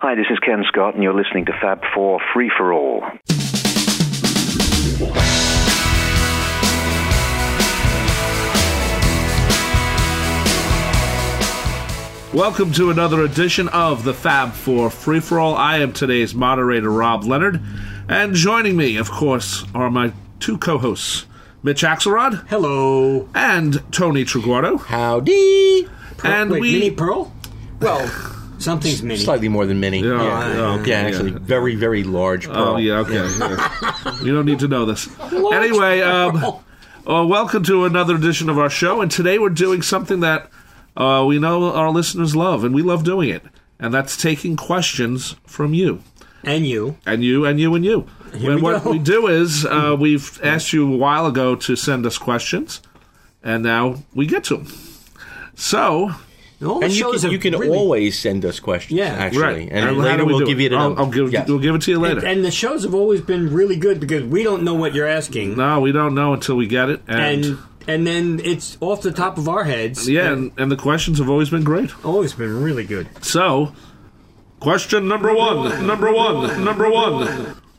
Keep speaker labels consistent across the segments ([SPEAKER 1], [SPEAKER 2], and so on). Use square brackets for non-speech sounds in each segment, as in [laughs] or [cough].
[SPEAKER 1] Hi, this is Ken Scott, and you're listening to Fab 4 Free for All.
[SPEAKER 2] Welcome to another edition of the Fab Four Free For All. I am today's moderator, Rob Leonard. And joining me, of course, are my two co hosts, Mitch Axelrod.
[SPEAKER 3] Hello.
[SPEAKER 2] And Tony Triguardo.
[SPEAKER 4] Howdy.
[SPEAKER 3] Pearl,
[SPEAKER 2] And
[SPEAKER 3] wait,
[SPEAKER 2] we-
[SPEAKER 3] Mini Pearl?
[SPEAKER 4] Well,
[SPEAKER 3] [sighs] Something's mini.
[SPEAKER 4] slightly more than many.
[SPEAKER 2] Oh,
[SPEAKER 4] yeah.
[SPEAKER 2] oh, okay,
[SPEAKER 4] Yeah, actually, very, very large pearl.
[SPEAKER 2] Oh, yeah, okay. yes. You don't need to know this. anyway, um, uh, welcome to another edition of our show. And today we're doing something that uh, we know our listeners love, and we love doing it. And that's taking questions from you.
[SPEAKER 3] and you.
[SPEAKER 2] and you and you and you. and
[SPEAKER 3] we
[SPEAKER 2] what
[SPEAKER 3] go.
[SPEAKER 2] we do is
[SPEAKER 4] [laughs]
[SPEAKER 2] uh, we've asked you a while ago to send us questions, and now we get to them. So
[SPEAKER 3] No,
[SPEAKER 4] And
[SPEAKER 3] it
[SPEAKER 4] you
[SPEAKER 3] shows
[SPEAKER 4] can,
[SPEAKER 3] a
[SPEAKER 4] you can
[SPEAKER 3] really-
[SPEAKER 4] always send us questions,
[SPEAKER 3] Yeah.
[SPEAKER 4] actually.
[SPEAKER 2] right,
[SPEAKER 4] And,
[SPEAKER 2] how do
[SPEAKER 4] later
[SPEAKER 2] we
[SPEAKER 4] we'll
[SPEAKER 2] do
[SPEAKER 4] give you the
[SPEAKER 2] I'll-
[SPEAKER 4] number.
[SPEAKER 2] I'll give-
[SPEAKER 4] Yes.
[SPEAKER 2] We'll give it to you later.
[SPEAKER 3] And the shows have always been really good because we don't know what you're asking.
[SPEAKER 2] no, we don't know until we get it, and,
[SPEAKER 3] And and then it's off the top of our heads.
[SPEAKER 2] yeah, and, and the questions have always been great.
[SPEAKER 3] Always been really good.
[SPEAKER 2] So, question number one, number one, number one,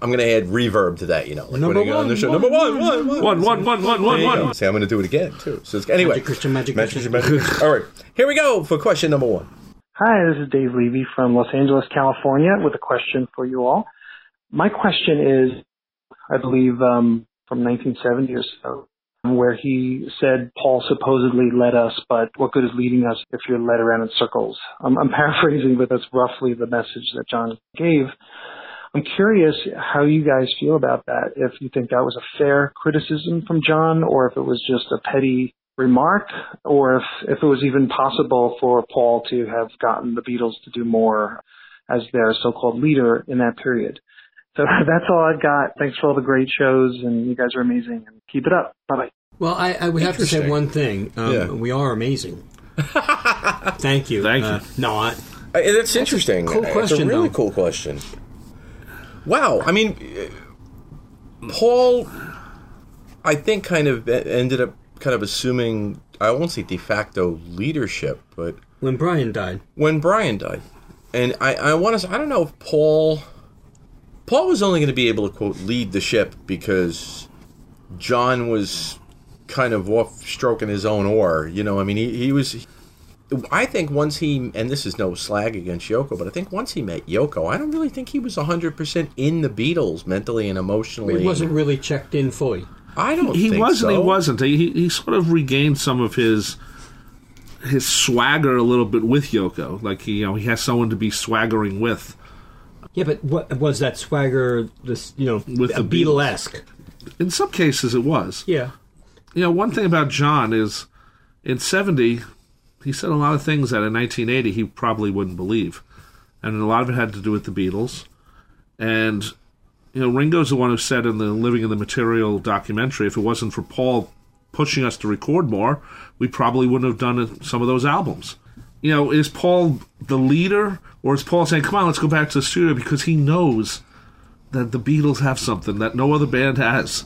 [SPEAKER 4] I'm going to add reverb to that, you know. Like
[SPEAKER 3] Number
[SPEAKER 4] when I go on
[SPEAKER 3] one,
[SPEAKER 4] the show.
[SPEAKER 3] one,
[SPEAKER 4] number one, one,
[SPEAKER 2] one,
[SPEAKER 4] one.
[SPEAKER 2] one, one, one, one,
[SPEAKER 4] There you
[SPEAKER 2] one.
[SPEAKER 4] go. See, I'm going to do it again, too. So it's, anyway.
[SPEAKER 3] Magic Christian, magic Christian.
[SPEAKER 4] magic Christian. All right. Here we go for question number one.
[SPEAKER 5] Hi, this is Dave Levy from Los Angeles, California, with a question for you all. My question is, I believe, um, from 1970 or so, where he said Paul supposedly led us, but what good is leading us if you're led around in circles? Um, I'm paraphrasing, but that's roughly the message that John gave. I'm curious how you guys feel about that. If you think that was a fair criticism from John, or if it was just a petty remark, or if, if it was even possible for Paul to have gotten the Beatles to do more as their so called leader in that period. So [laughs] that's all I've got. Thanks for all the great shows, and you guys are amazing. And keep it up. Bye bye.
[SPEAKER 3] Well, I, I would have to say
[SPEAKER 4] Interesting.
[SPEAKER 3] one thing. Um,
[SPEAKER 4] Yeah.
[SPEAKER 3] We are [laughs] amazing. Thank you.
[SPEAKER 2] Thank
[SPEAKER 3] Uh,
[SPEAKER 2] you.
[SPEAKER 3] no, I,
[SPEAKER 4] Uh, That's interesting.
[SPEAKER 3] cool
[SPEAKER 4] That's
[SPEAKER 3] question,
[SPEAKER 4] a really
[SPEAKER 3] though.
[SPEAKER 4] cool question. Wow. I mean, uh, Paul, I think, kind of e- ended up kind of assuming, I won't say de facto leadership, but
[SPEAKER 3] when Brian died,
[SPEAKER 4] when Brian died. And I, I want to say, I don't know if Paul. Paul was only going to be able to, quote, lead the ship because John was kind of off stroking his own oar. You know, I mean, he, he was. I think once he, and this is no slag against Yoko, but I think once he met Yoko, I don't really think he was 100% in the Beatles mentally and emotionally.
[SPEAKER 3] it wasn't really checked in fully.
[SPEAKER 4] I don't
[SPEAKER 2] He
[SPEAKER 4] think
[SPEAKER 2] wasn't. He
[SPEAKER 4] so.
[SPEAKER 2] wasn't. He, he- he sort of regained some of his his swagger a little bit with Yoko. Like he, you know, he has someone to be swaggering with.
[SPEAKER 3] Yeah, but what was that swagger? This you know,
[SPEAKER 2] With
[SPEAKER 3] a
[SPEAKER 2] the Beatles.
[SPEAKER 3] Beatlesque.
[SPEAKER 2] In some cases, it was.
[SPEAKER 3] Yeah.
[SPEAKER 2] You know, one thing about John is, in '70, he said a lot of things that in 1980 he probably wouldn't believe, and a lot of it had to do with the Beatles. And you know, Ringo's the one who said in the Living in the Material documentary, if it wasn't for Paul pushing us to record more, we probably wouldn't have done some of those albums. You know, is Paul the leader, or is Paul saying, "Come on, let's go back to the studio" because he knows that the Beatles have something that no other band has,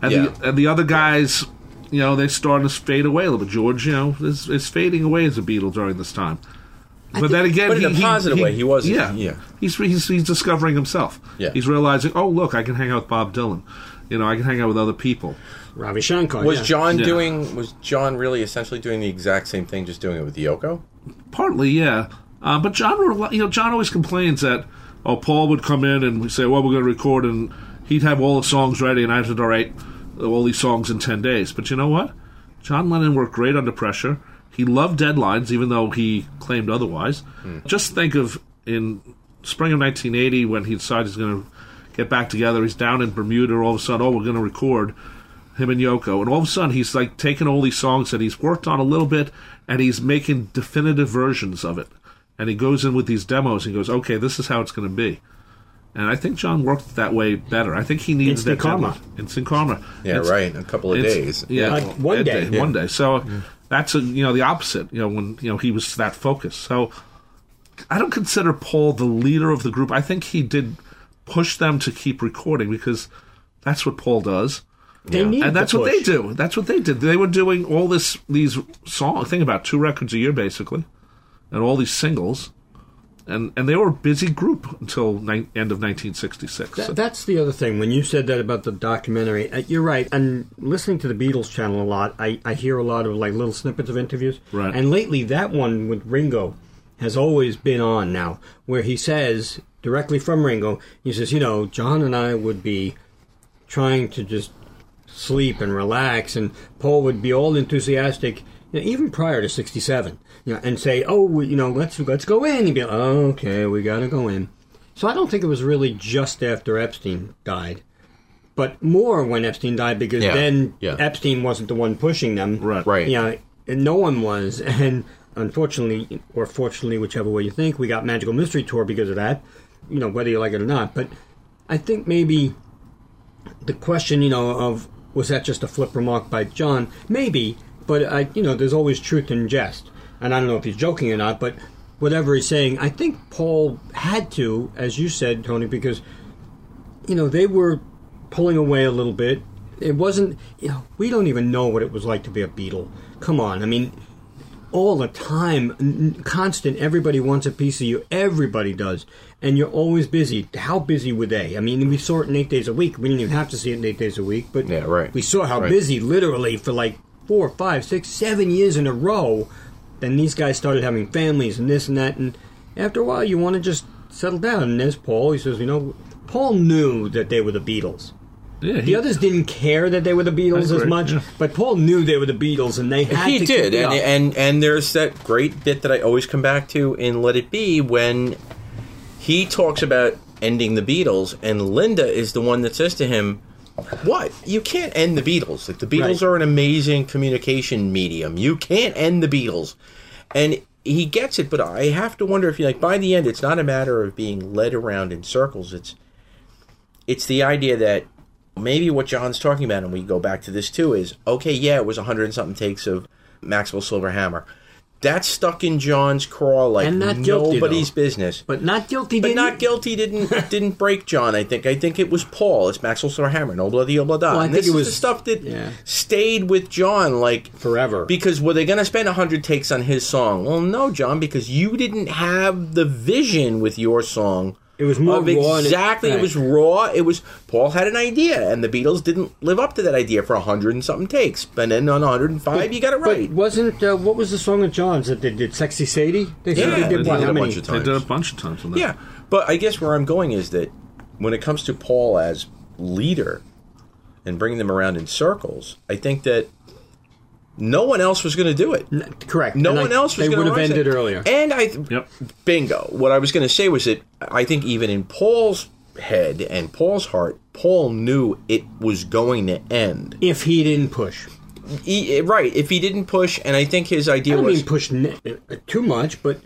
[SPEAKER 2] and
[SPEAKER 4] Yeah.
[SPEAKER 2] the and the other guys, you know, they're starting to fade away a little bit. George, you know, is, is fading away as a Beatle during this time. But then again,
[SPEAKER 4] but in a positive way, he wasn't.
[SPEAKER 2] Yeah,
[SPEAKER 4] Yeah.
[SPEAKER 2] He's, he's he's discovering himself.
[SPEAKER 4] Yeah.
[SPEAKER 2] He's realizing, oh look, I can hang out with Bob Dylan. You know, I can hang out with other people.
[SPEAKER 3] Ravi Shankar.
[SPEAKER 4] Was
[SPEAKER 3] yeah.
[SPEAKER 4] John
[SPEAKER 2] Yeah.
[SPEAKER 4] doing? Was John really essentially doing the exact same thing, just doing it with Yoko?
[SPEAKER 2] Partly, yeah. Uh, but John, rel- you know, John always complains that oh, Paul would come in and say, well, we're going to record, and he'd have all the songs ready, and I had to write all these songs in ten days. But you know what? John Lennon worked great under pressure. He loved deadlines, even though he claimed otherwise. Just think of in spring of 1980 when he decides he's going to get back together. He's down in Bermuda. All of a sudden, oh, we're going to record him and Yoko, and all of a sudden he's like taking all these songs that he's worked on a little bit, and he's making definitive versions of it. And he goes in with these demos and goes, "Okay, this is how it's going to be." And I think John worked that way better. I think he needs
[SPEAKER 3] Instant
[SPEAKER 2] that
[SPEAKER 3] karma.
[SPEAKER 2] deadline. Instant karma.
[SPEAKER 4] Yeah,
[SPEAKER 2] It's-
[SPEAKER 4] right. A couple of
[SPEAKER 2] it's-
[SPEAKER 4] days.
[SPEAKER 2] Yeah,
[SPEAKER 3] Like, one
[SPEAKER 2] a
[SPEAKER 3] day. Yeah.
[SPEAKER 2] One day. So that's a, you know the opposite. You know when you know he was that focused. So I don't consider Paul the leader of the group. I think he did push them to keep recording because that's what Paul does
[SPEAKER 3] They need
[SPEAKER 2] and
[SPEAKER 3] the
[SPEAKER 2] that's what they
[SPEAKER 3] push.
[SPEAKER 2] do. That's what they did. They were doing all this these song thing about two records a year basically, and all these singles, and and they were a busy group until ni- end of 1966.
[SPEAKER 3] Th- that's the other thing. When you said that about the documentary, uh, you're right. And listening to the Beatles channel a lot, I, I hear a lot of like little snippets of interviews.
[SPEAKER 2] Right.
[SPEAKER 3] And lately, that one with Ringo has always been on now, where he says directly from Ringo, he says, you know, John and I would be trying to just sleep and relax, and Paul would be all enthusiastic. You know, even prior to '67, you know, and say, "Oh, we, you know, let's let's go in." He'd be like, oh, "Okay, we gotta go in." So I don't think it was really just after Epstein died, but more when Epstein died because
[SPEAKER 4] Yeah,
[SPEAKER 3] then
[SPEAKER 4] yeah.
[SPEAKER 3] Epstein wasn't the one pushing them.
[SPEAKER 2] Right.
[SPEAKER 4] Right.
[SPEAKER 3] Yeah, and no one was. [laughs] And unfortunately, or fortunately, whichever way you think, we got Magical Mystery Tour because of that, you know, whether you like it or not. But I think maybe the question, you know, of was that just a flip remark by John? Maybe, but I, you know, there's always truth in jest, and I don't know if he's joking or not, but whatever he's saying, I think Paul had to, as you said, Tony, because you know they were pulling away a little bit. It wasn't, you know, we don't even know what it was like to be a Beatle. Come on, I mean, all the time, n- n- constant. Everybody wants a piece of you. Everybody does, and you're always busy. How busy were they? I mean, we saw it in eight days a week. We didn't even have to see it in eight days a week, but
[SPEAKER 4] Yeah, right.
[SPEAKER 3] We saw how
[SPEAKER 4] Right.
[SPEAKER 3] busy, literally, for like four, five, six, seven years in a row. Then these guys started having families and this and that, and after a while, you want to just settle down. And there's Paul. He says, you know, Paul knew that they were the Beatles.
[SPEAKER 2] yeah, he-
[SPEAKER 3] The others didn't care that they were the Beatles as
[SPEAKER 2] correct,
[SPEAKER 3] much,
[SPEAKER 2] yeah.
[SPEAKER 3] but Paul knew they were the Beatles, and they had
[SPEAKER 4] he
[SPEAKER 3] to
[SPEAKER 4] did,
[SPEAKER 3] keep it
[SPEAKER 4] and,
[SPEAKER 3] up.
[SPEAKER 4] and and there's that great bit that I always come back to in Let It Be when he talks about ending the Beatles, and Linda is the one that says to him, "What? You can't end the Beatles. Like the Beatles
[SPEAKER 3] Right.
[SPEAKER 4] are an amazing communication medium. You can't end the Beatles." And he gets it, but I have to wonder if you like by the end, it's not a matter of being led around in circles. It's it's the idea that maybe what John's talking about, and we go back to this too, is okay, yeah, it was 100 and something takes of Maxwell Silverhammer. That's stuck in John's craw like
[SPEAKER 3] And not guilty,
[SPEAKER 4] nobody's
[SPEAKER 3] though.
[SPEAKER 4] business.
[SPEAKER 3] but not guilty.
[SPEAKER 4] But
[SPEAKER 3] didn't
[SPEAKER 4] not guilty
[SPEAKER 3] [laughs]
[SPEAKER 4] didn't didn't break John. I think I think it was Paul. It's Maxwell Silverhammer. No bloody blah blah.
[SPEAKER 3] Well, I
[SPEAKER 4] and
[SPEAKER 3] think
[SPEAKER 4] this
[SPEAKER 3] it was-
[SPEAKER 4] is the stuff that
[SPEAKER 3] yeah.
[SPEAKER 4] stayed with John like
[SPEAKER 3] forever.
[SPEAKER 4] because were they going to spend 100 takes on his song? Well, no, John, because you didn't have the vision with your song.
[SPEAKER 3] It was more
[SPEAKER 4] of
[SPEAKER 3] raw and-
[SPEAKER 4] exactly. It was
[SPEAKER 3] right.
[SPEAKER 4] raw. It was Paul had an idea, and the Beatles didn't live up to that idea for 100 and something takes. And then on 105, you got it right.
[SPEAKER 3] But wasn't uh, what was the song of John's that they did? Sexy Sadie. They said
[SPEAKER 4] Yeah,
[SPEAKER 3] they
[SPEAKER 4] they
[SPEAKER 3] did what?
[SPEAKER 4] did
[SPEAKER 3] How
[SPEAKER 4] a
[SPEAKER 3] many?
[SPEAKER 4] bunch of
[SPEAKER 2] they
[SPEAKER 4] times.
[SPEAKER 2] did a bunch of times on that.
[SPEAKER 4] yeah, but I guess where I'm going is that when it comes to Paul as leader and bringing them around in circles, I think that no one else was going to do it.
[SPEAKER 3] N- Correct.
[SPEAKER 4] No
[SPEAKER 3] And I-
[SPEAKER 4] one else was
[SPEAKER 3] They
[SPEAKER 4] going
[SPEAKER 3] would
[SPEAKER 4] to
[SPEAKER 3] have ended earlier.
[SPEAKER 4] And I,
[SPEAKER 2] Yep.
[SPEAKER 4] bingo. What I was going to say was that I think even in Paul's head and Paul's heart, Paul knew it was going to end.
[SPEAKER 3] if he didn't push,
[SPEAKER 4] He- right. If he didn't push, and I think his
[SPEAKER 3] I
[SPEAKER 4] idea
[SPEAKER 3] don't
[SPEAKER 4] was
[SPEAKER 3] mean push ne- uh, too much, but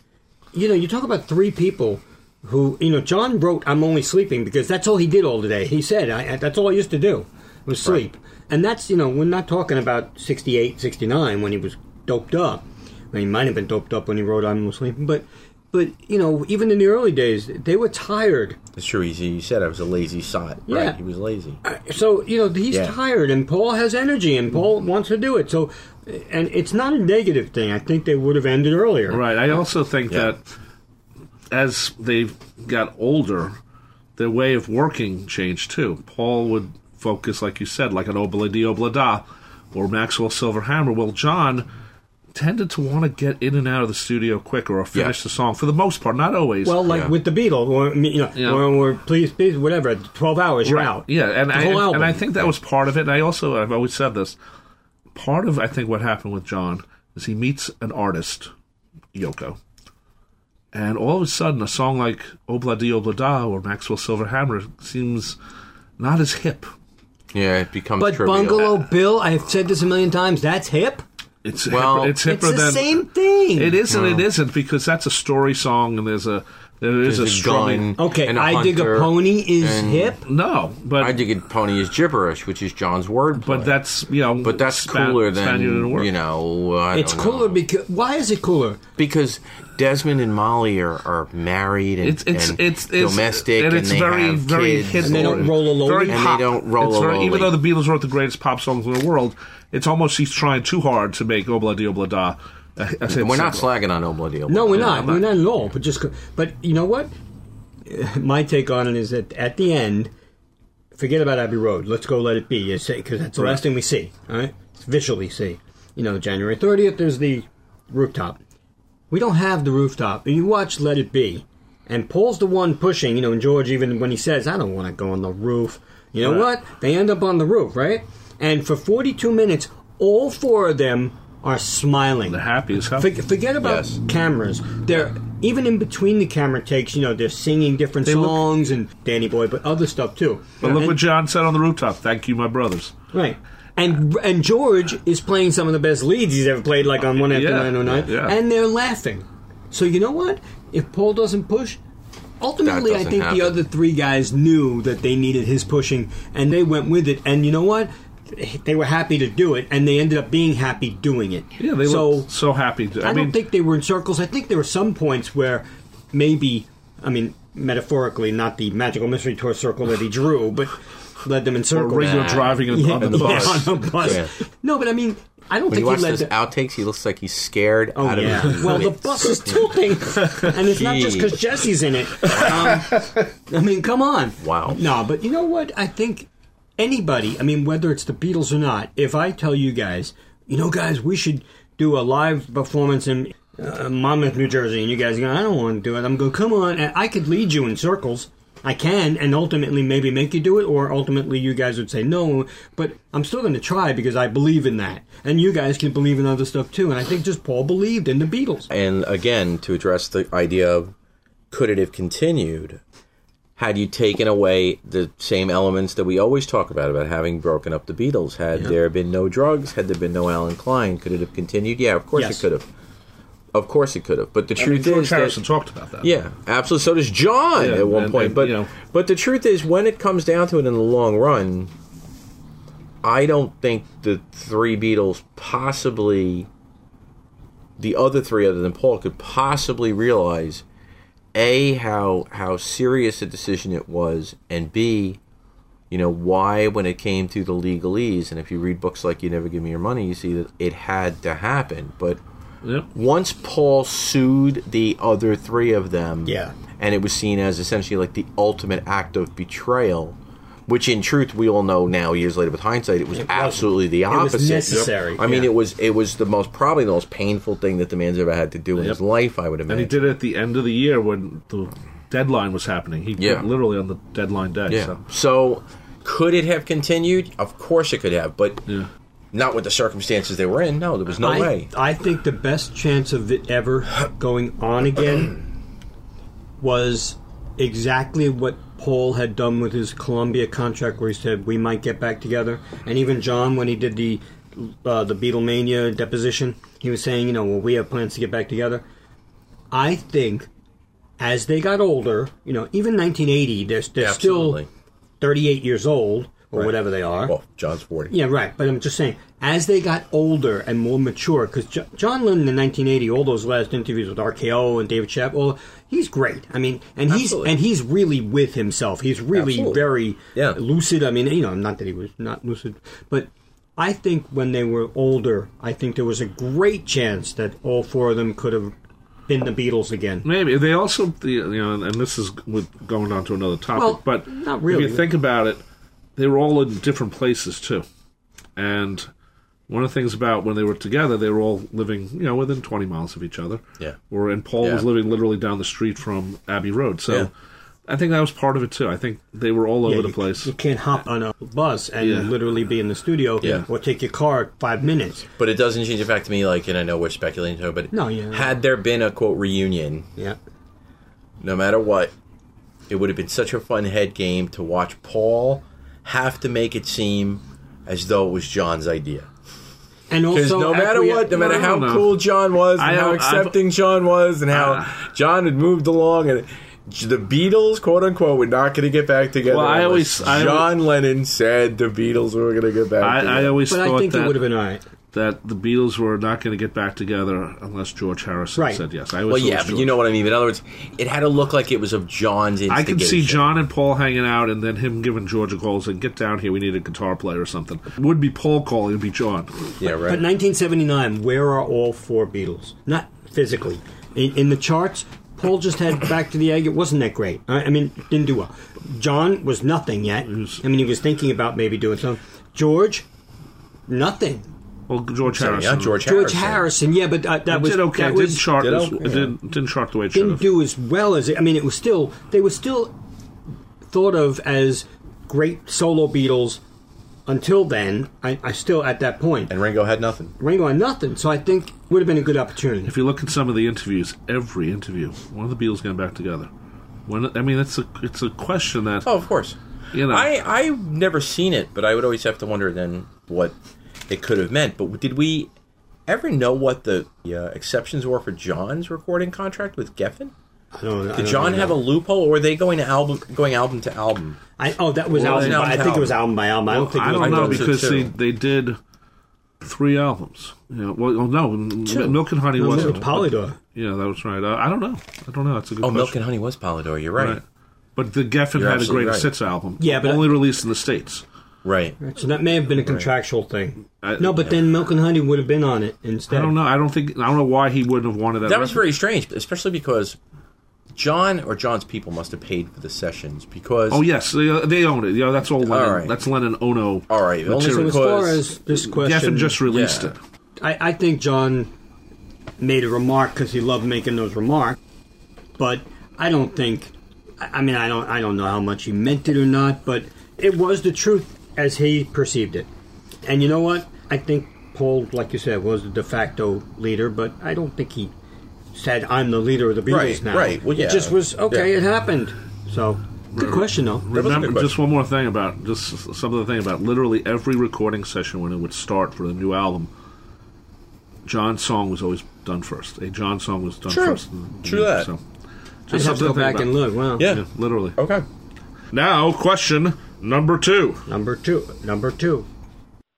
[SPEAKER 3] you know, you talk about three people who you know. John wrote, "I'm only sleeping" because that's all he did all the day. He said, I, I- "That's all I used to do was sleep," and that's you know, we're not talking about 68, 69 when he was doped up. I mean, he might have been doped up when he wrote "I'm only sleeping," but but you know, even in the early days, they were tired.
[SPEAKER 4] it's true. He, he said I was a lazy sot.
[SPEAKER 3] Yeah.
[SPEAKER 4] Right. He was lazy.
[SPEAKER 3] Uh, So you know he's
[SPEAKER 4] Yeah.
[SPEAKER 3] tired, and Paul has energy, and Paul wants to do it. So, uh, and it's not a negative thing. I think they would have ended earlier.
[SPEAKER 2] Right. I also think
[SPEAKER 4] Yeah.
[SPEAKER 2] that as they got older, their way of working changed too. Paul would focus, like you said, like an obla di obla da, or Maxwell Silverhammer. Well, John tended to want to get in and out of the studio quicker or finish
[SPEAKER 4] Yeah.
[SPEAKER 2] the song for the most part, not always.
[SPEAKER 3] Well, like
[SPEAKER 4] Yeah.
[SPEAKER 3] with the Beatles, or you know,
[SPEAKER 2] Yeah.
[SPEAKER 3] or, or please, please, whatever. Twelve hours, you're out.
[SPEAKER 2] Yeah, and
[SPEAKER 3] The
[SPEAKER 2] I
[SPEAKER 3] whole album.
[SPEAKER 2] and I think that was part of it. And I also I've always said this. Part of I think what happened with John is he meets an artist, Yoko, and all of a sudden a song like Oh Obla Di Obla Da or Maxwell Silverhammer seems not as hip.
[SPEAKER 4] Yeah, it becomes
[SPEAKER 3] but Bungalow Bill, I've said this a million times. That's hip.
[SPEAKER 2] It's
[SPEAKER 4] Well,
[SPEAKER 2] hip, it's hipper
[SPEAKER 3] It's the
[SPEAKER 2] than
[SPEAKER 3] same thing.
[SPEAKER 2] it is
[SPEAKER 6] Hmm.
[SPEAKER 2] and it isn't because that's a story song and there's a there is a, strumming.
[SPEAKER 3] Okay, I dig a pony is hip.
[SPEAKER 2] No, but
[SPEAKER 6] I dig a pony is gibberish, which is John's word.
[SPEAKER 2] but that's you know
[SPEAKER 6] but that's
[SPEAKER 2] Spa-
[SPEAKER 6] cooler than
[SPEAKER 2] Spaniard in a word.
[SPEAKER 6] you know. I
[SPEAKER 3] It's
[SPEAKER 6] don't
[SPEAKER 3] cooler
[SPEAKER 6] know.
[SPEAKER 3] because why is it cooler?
[SPEAKER 6] because Desmond and Molly are, are married and,
[SPEAKER 2] It's it's
[SPEAKER 6] and
[SPEAKER 2] it's, it's
[SPEAKER 6] domestic
[SPEAKER 2] and it's
[SPEAKER 6] they
[SPEAKER 2] very
[SPEAKER 6] have
[SPEAKER 2] very
[SPEAKER 6] kids.
[SPEAKER 2] hidden.
[SPEAKER 3] And they don't roll a lolly?
[SPEAKER 2] Very
[SPEAKER 3] And
[SPEAKER 6] they
[SPEAKER 2] pop.
[SPEAKER 6] don't roll
[SPEAKER 2] It's
[SPEAKER 6] a
[SPEAKER 2] very-
[SPEAKER 6] lolly.
[SPEAKER 2] Even though the Oh, Beatles wrote the greatest pop songs in the world, it's almost he's trying too hard to make Obla Di Obla Da I, I said
[SPEAKER 6] And we're not
[SPEAKER 2] several.
[SPEAKER 6] slagging on Obla Deal.
[SPEAKER 3] No, we're
[SPEAKER 2] Yeah,
[SPEAKER 3] not.
[SPEAKER 2] I'm
[SPEAKER 3] We're
[SPEAKER 2] not-
[SPEAKER 3] not at all. But just, c- but you know what? [laughs] My take on it is that at the end, forget about Abbey Road. Let's go let it be. Because that's the last thing we see. All right, visually see. You know, January thirtieth. There's the rooftop. We don't have the rooftop. You watch Let It Be, and Paul's the one pushing. You know, and George even when he says, "I don't want to go on the roof." You know
[SPEAKER 2] Right.
[SPEAKER 3] what? They end up on the roof, right? And for forty-two minutes, all four of them are smiling.
[SPEAKER 2] They're happy as hell.
[SPEAKER 3] For- forget about
[SPEAKER 4] Yes.
[SPEAKER 3] cameras. They're even in between the camera takes. You know, they're singing different
[SPEAKER 2] They look-
[SPEAKER 3] songs and Danny Boy, but other stuff too.
[SPEAKER 2] but look
[SPEAKER 3] And-
[SPEAKER 2] what John said on the rooftop. Thank you, my brothers.
[SPEAKER 3] right. And and George is playing some of the best leads he's ever played, like on one after
[SPEAKER 2] Yeah,
[SPEAKER 3] nine oh nine,
[SPEAKER 2] yeah.
[SPEAKER 3] and they're laughing. So you know what? If Paul doesn't push, ultimately
[SPEAKER 6] That
[SPEAKER 3] I
[SPEAKER 6] doesn't
[SPEAKER 3] think
[SPEAKER 6] happen.
[SPEAKER 3] the other three guys knew that they needed his pushing, and they went with it. And you know what? They were happy to do it, and they ended up being happy doing it.
[SPEAKER 2] Yeah, they
[SPEAKER 3] so,
[SPEAKER 2] look so happy. I,
[SPEAKER 3] I,
[SPEAKER 2] mean,
[SPEAKER 3] don't think they were in circles. I think there were some points where maybe, I mean, metaphorically, not the magical mystery tour circle that he drew, but led them in
[SPEAKER 2] or
[SPEAKER 3] circles.
[SPEAKER 2] regular
[SPEAKER 6] Nah.
[SPEAKER 2] driving on,
[SPEAKER 3] yeah,
[SPEAKER 2] on the
[SPEAKER 3] yeah, [laughs]
[SPEAKER 2] bus.
[SPEAKER 3] on the bus.
[SPEAKER 6] Yeah.
[SPEAKER 3] No, but I mean, I don't
[SPEAKER 6] When you
[SPEAKER 3] think
[SPEAKER 6] watch
[SPEAKER 3] he led
[SPEAKER 6] those
[SPEAKER 3] them.
[SPEAKER 6] outtakes, he looks like he's scared
[SPEAKER 3] Oh
[SPEAKER 6] out of
[SPEAKER 3] [laughs] yeah.
[SPEAKER 4] [laughs]
[SPEAKER 6] his
[SPEAKER 3] Well, the
[SPEAKER 6] wits.
[SPEAKER 3] bus is tilting, and it's not just because
[SPEAKER 6] Jeez.
[SPEAKER 3] Jesse's in it. Um, I mean, come on.
[SPEAKER 6] Wow.
[SPEAKER 3] No, but you know what? I think anybody. I mean, whether it's the Beatles or not, if I tell you guys, you know, guys, we should do a live performance in uh, Monmouth, New Jersey, and you guys go, I don't want to do it. I'm going, come on. And I could lead you in circles. I can, and ultimately maybe make you do it, or ultimately you guys would say no. But I'm still going to try because I believe in that, and you guys can believe in other stuff too. And I think just Paul believed in the Beatles.
[SPEAKER 4] And again, to address the idea of could it have continued had you taken away the same elements that we always talk about, about having broken up the Beatles? Had there been no drugs? Had there been no Alan Klein? Could it have continued? Yeah, of course
[SPEAKER 3] Yes.
[SPEAKER 4] it could have. Of course it could have. But the
[SPEAKER 2] I mean,
[SPEAKER 4] truth
[SPEAKER 2] George
[SPEAKER 4] is. that-
[SPEAKER 2] Harrison talked about that.
[SPEAKER 4] yeah, absolutely. So does John
[SPEAKER 2] Yeah,
[SPEAKER 4] at one
[SPEAKER 2] and-
[SPEAKER 4] point.
[SPEAKER 2] and,
[SPEAKER 4] but
[SPEAKER 2] you know-
[SPEAKER 4] but the truth is, when it comes down to it, in the long run, I don't think the three Beatles possibly, the other three other than Paul, could possibly realize a how how serious a decision it was, and b you know why when it came to the legalese. And if you read books like "You Never Give Me Your Money," you see that it had to happen, but
[SPEAKER 2] Yep.
[SPEAKER 4] once Paul sued the other three of them,
[SPEAKER 3] Yeah.
[SPEAKER 4] and it was seen as essentially like the ultimate act of betrayal, which in truth we all know now years later with hindsight it was absolutely the
[SPEAKER 3] was
[SPEAKER 4] opposite.
[SPEAKER 3] necessary,
[SPEAKER 4] I mean,
[SPEAKER 3] yeah.
[SPEAKER 4] it was it was the most probably the most painful thing that the man's ever had to do in his life. I would
[SPEAKER 2] And he
[SPEAKER 4] imagine.
[SPEAKER 2] did it at the end of the year when the deadline was happening. He
[SPEAKER 4] Yeah.
[SPEAKER 2] literally on the deadline day.
[SPEAKER 4] yeah.
[SPEAKER 2] So.
[SPEAKER 4] So, could it have continued? Of course, it could have, but
[SPEAKER 2] Yeah.
[SPEAKER 4] not with the circumstances they were in. No, there was no
[SPEAKER 3] I,
[SPEAKER 4] way.
[SPEAKER 3] I think the best chance of it ever going on again was exactly what Paul had done with his Columbia contract, where he said we might get back together, and even John when he did the uh, the Beatlemania deposition, he was saying, you know, well, we have plans to get back together. I think as they got older, you know, even 1980, they're, they're
[SPEAKER 4] Absolutely.
[SPEAKER 3] still 38 years old or
[SPEAKER 4] Right.
[SPEAKER 3] whatever they are.
[SPEAKER 4] Well, John's forty.
[SPEAKER 3] Yeah, right. But I'm just saying, as they got older and more mature, because John Lennon in 1980, all those last interviews with RKO and David Shapp, all he's great. I mean, and he's
[SPEAKER 4] Absolutely.
[SPEAKER 3] and he's really with himself. He's really
[SPEAKER 4] Absolutely.
[SPEAKER 3] very
[SPEAKER 4] Yeah.
[SPEAKER 3] lucid. I mean, you know, not that he was not lucid, but I think when they were older, I think there was a great chance that all four of them could have been the Beatles again.
[SPEAKER 2] Maybe they also, the- you know, and this is with- going on to another topic,
[SPEAKER 3] Well,
[SPEAKER 2] but
[SPEAKER 3] not really.
[SPEAKER 2] if you think about it, they were all in different places too. And one of the things about when they were together, they were all living, you know, within 20 miles of each other.
[SPEAKER 4] Yeah.
[SPEAKER 2] Or, and Paul was
[SPEAKER 4] Yeah.
[SPEAKER 2] living literally down the street from Abbey Road. So
[SPEAKER 4] Yeah.
[SPEAKER 2] I think that was part of it too. I think they were all over
[SPEAKER 3] Yeah,
[SPEAKER 2] the
[SPEAKER 3] you-
[SPEAKER 2] place.
[SPEAKER 3] You can't hop on a bus and
[SPEAKER 2] Yeah.
[SPEAKER 3] literally be in the studio
[SPEAKER 4] Yeah.
[SPEAKER 3] or take your car five minutes.
[SPEAKER 4] But it doesn't change the fact to me, like, and I know we're speculating, so, but
[SPEAKER 3] No, yeah.
[SPEAKER 4] had there been a quote reunion,
[SPEAKER 3] Yeah.
[SPEAKER 4] no matter what, it would have been such a fun head game to watch Paul have to make it seem as though it was John's idea.
[SPEAKER 3] And
[SPEAKER 4] Because
[SPEAKER 3] also,
[SPEAKER 4] no matter
[SPEAKER 3] acquiesce-
[SPEAKER 4] what, no matter
[SPEAKER 2] uh, no,
[SPEAKER 4] how
[SPEAKER 2] no.
[SPEAKER 4] cool John was, and
[SPEAKER 2] I
[SPEAKER 4] how
[SPEAKER 2] don't- I've- Uh,
[SPEAKER 4] accepting John was, and how John had moved along, and the Beatles, quote unquote, were not going to get back together.
[SPEAKER 2] Well, I
[SPEAKER 4] unless
[SPEAKER 2] always- I
[SPEAKER 4] John Lennon said the Beatles were going to get back.
[SPEAKER 2] I,
[SPEAKER 4] together.
[SPEAKER 2] I always
[SPEAKER 3] But
[SPEAKER 2] thought
[SPEAKER 3] I think
[SPEAKER 2] that
[SPEAKER 3] it would have been all right.
[SPEAKER 2] that the Beatles were not going to get back together unless George Harrison
[SPEAKER 3] Right.
[SPEAKER 2] said yes. I
[SPEAKER 4] Well,
[SPEAKER 2] always thought it
[SPEAKER 4] yeah,
[SPEAKER 2] was
[SPEAKER 4] but
[SPEAKER 2] George.
[SPEAKER 4] you know what I mean. In other words, it had to look like it was of John's
[SPEAKER 2] I
[SPEAKER 4] instigation.
[SPEAKER 2] can see John and Paul hanging out, and then him giving George a call saying, "Get down here, we need a guitar player or something." It would be Paul calling, it'd be John.
[SPEAKER 4] Yeah,
[SPEAKER 3] But
[SPEAKER 4] right.
[SPEAKER 3] 1979, where are all four Beatles? Not physically. In, in the charts, Paul just had Back to the Egg. It wasn't that great. I, I mean, didn't do well. John was nothing yet. I mean, he was thinking about maybe doing something. George, nothing.
[SPEAKER 2] Well, George
[SPEAKER 4] Sorry,
[SPEAKER 2] Harrison.
[SPEAKER 4] yeah, George Harrison.
[SPEAKER 3] George Harrison, yeah, but uh, that
[SPEAKER 2] It
[SPEAKER 3] was
[SPEAKER 2] did okay.
[SPEAKER 3] That
[SPEAKER 2] It
[SPEAKER 3] was,
[SPEAKER 2] didn't chart.
[SPEAKER 4] Ditto?
[SPEAKER 2] as- It
[SPEAKER 4] Yeah.
[SPEAKER 2] didn't, didn't chart the way it should
[SPEAKER 3] didn't
[SPEAKER 2] have.
[SPEAKER 3] do as well as I mean it was still they were still thought of as great solo Beatles until then I, I still at that point
[SPEAKER 4] And Ringo had nothing.
[SPEAKER 3] Ringo had nothing so I think would have been a good opportunity
[SPEAKER 2] If you look at some of the interviews, every interview, one of the Beatles getting back together. When I mean, it's a it's a question that
[SPEAKER 4] Oh, of course.
[SPEAKER 2] you know.
[SPEAKER 4] I I've never seen it, but I would always have to wonder then what it could have meant. But did we ever know what the uh, exceptions were for John's recording contract with Geffen?
[SPEAKER 3] I don't, I
[SPEAKER 4] Did
[SPEAKER 3] don't
[SPEAKER 4] John
[SPEAKER 3] know.
[SPEAKER 4] have a loophole, or were they going to album going album to album?
[SPEAKER 3] I, oh that was
[SPEAKER 4] Well,
[SPEAKER 3] album
[SPEAKER 4] it's
[SPEAKER 3] by, I think it was album by album I don't think
[SPEAKER 2] I
[SPEAKER 3] it was
[SPEAKER 2] don't
[SPEAKER 4] I
[SPEAKER 2] know
[SPEAKER 4] thought so
[SPEAKER 2] because
[SPEAKER 4] too.
[SPEAKER 2] they, they did three albums. You know, well, oh, no, M- Milk and Honey
[SPEAKER 3] No,
[SPEAKER 2] wasn't.
[SPEAKER 3] Milk- Polydor.
[SPEAKER 2] Yeah, that was right. Uh, I don't know. I don't know. That's a good
[SPEAKER 4] Oh,
[SPEAKER 2] question.
[SPEAKER 4] Milk and Honey was Polydor. You're right.
[SPEAKER 2] Right. But the Geffen
[SPEAKER 4] You're
[SPEAKER 2] had a
[SPEAKER 4] absolutely
[SPEAKER 2] greatest
[SPEAKER 4] right.
[SPEAKER 2] hits album.
[SPEAKER 3] Yeah, but-
[SPEAKER 2] only released in the states.
[SPEAKER 4] Right.
[SPEAKER 3] so that may have been a contractual thing
[SPEAKER 2] I-
[SPEAKER 3] no but then Milk and Honey would have been on it instead
[SPEAKER 2] I don't know. I don't think. I don't know why he wouldn't have wanted that.
[SPEAKER 4] That was
[SPEAKER 2] record.
[SPEAKER 4] very strange, especially because John or John's people must have paid for the sessions because
[SPEAKER 2] Oh yes, they, they owned it. Yeah, that's all. Lennon.
[SPEAKER 4] right.
[SPEAKER 2] That's Lennon Ono.
[SPEAKER 4] All right, only
[SPEAKER 3] so
[SPEAKER 2] material.
[SPEAKER 3] as far
[SPEAKER 4] because
[SPEAKER 3] as this question
[SPEAKER 2] Geffen just released
[SPEAKER 4] Yeah.
[SPEAKER 2] it.
[SPEAKER 3] I, I think John made a remark because he loved making those remarks, but I don't think. I I mean, I don't. I don't know how much he meant it or not, but it was the truth as he perceived it. And you know what? I think Paul, like you said, was the de facto leader, but I don't think he said, "I'm the leader of the Beatles."
[SPEAKER 4] Right,
[SPEAKER 3] now,
[SPEAKER 4] right. Well, yeah.
[SPEAKER 3] It just was okay.
[SPEAKER 4] Yeah.
[SPEAKER 3] It happened. So, good question, though.
[SPEAKER 4] was a good
[SPEAKER 2] Remember,
[SPEAKER 4] question.
[SPEAKER 2] just one more thing about just some of the thing about literally every recording session when it would start for the new album. John's song was always done first. A John song was done
[SPEAKER 4] True.
[SPEAKER 2] first.
[SPEAKER 4] True that.
[SPEAKER 2] So,
[SPEAKER 3] I
[SPEAKER 2] just
[SPEAKER 3] have
[SPEAKER 2] something
[SPEAKER 3] to
[SPEAKER 2] to
[SPEAKER 3] go
[SPEAKER 2] think
[SPEAKER 3] back
[SPEAKER 2] about.
[SPEAKER 3] and look. Wow.
[SPEAKER 4] Yeah.
[SPEAKER 2] Yeah, literally.
[SPEAKER 4] okay.
[SPEAKER 2] Now, question number two.
[SPEAKER 3] Number two. Number two.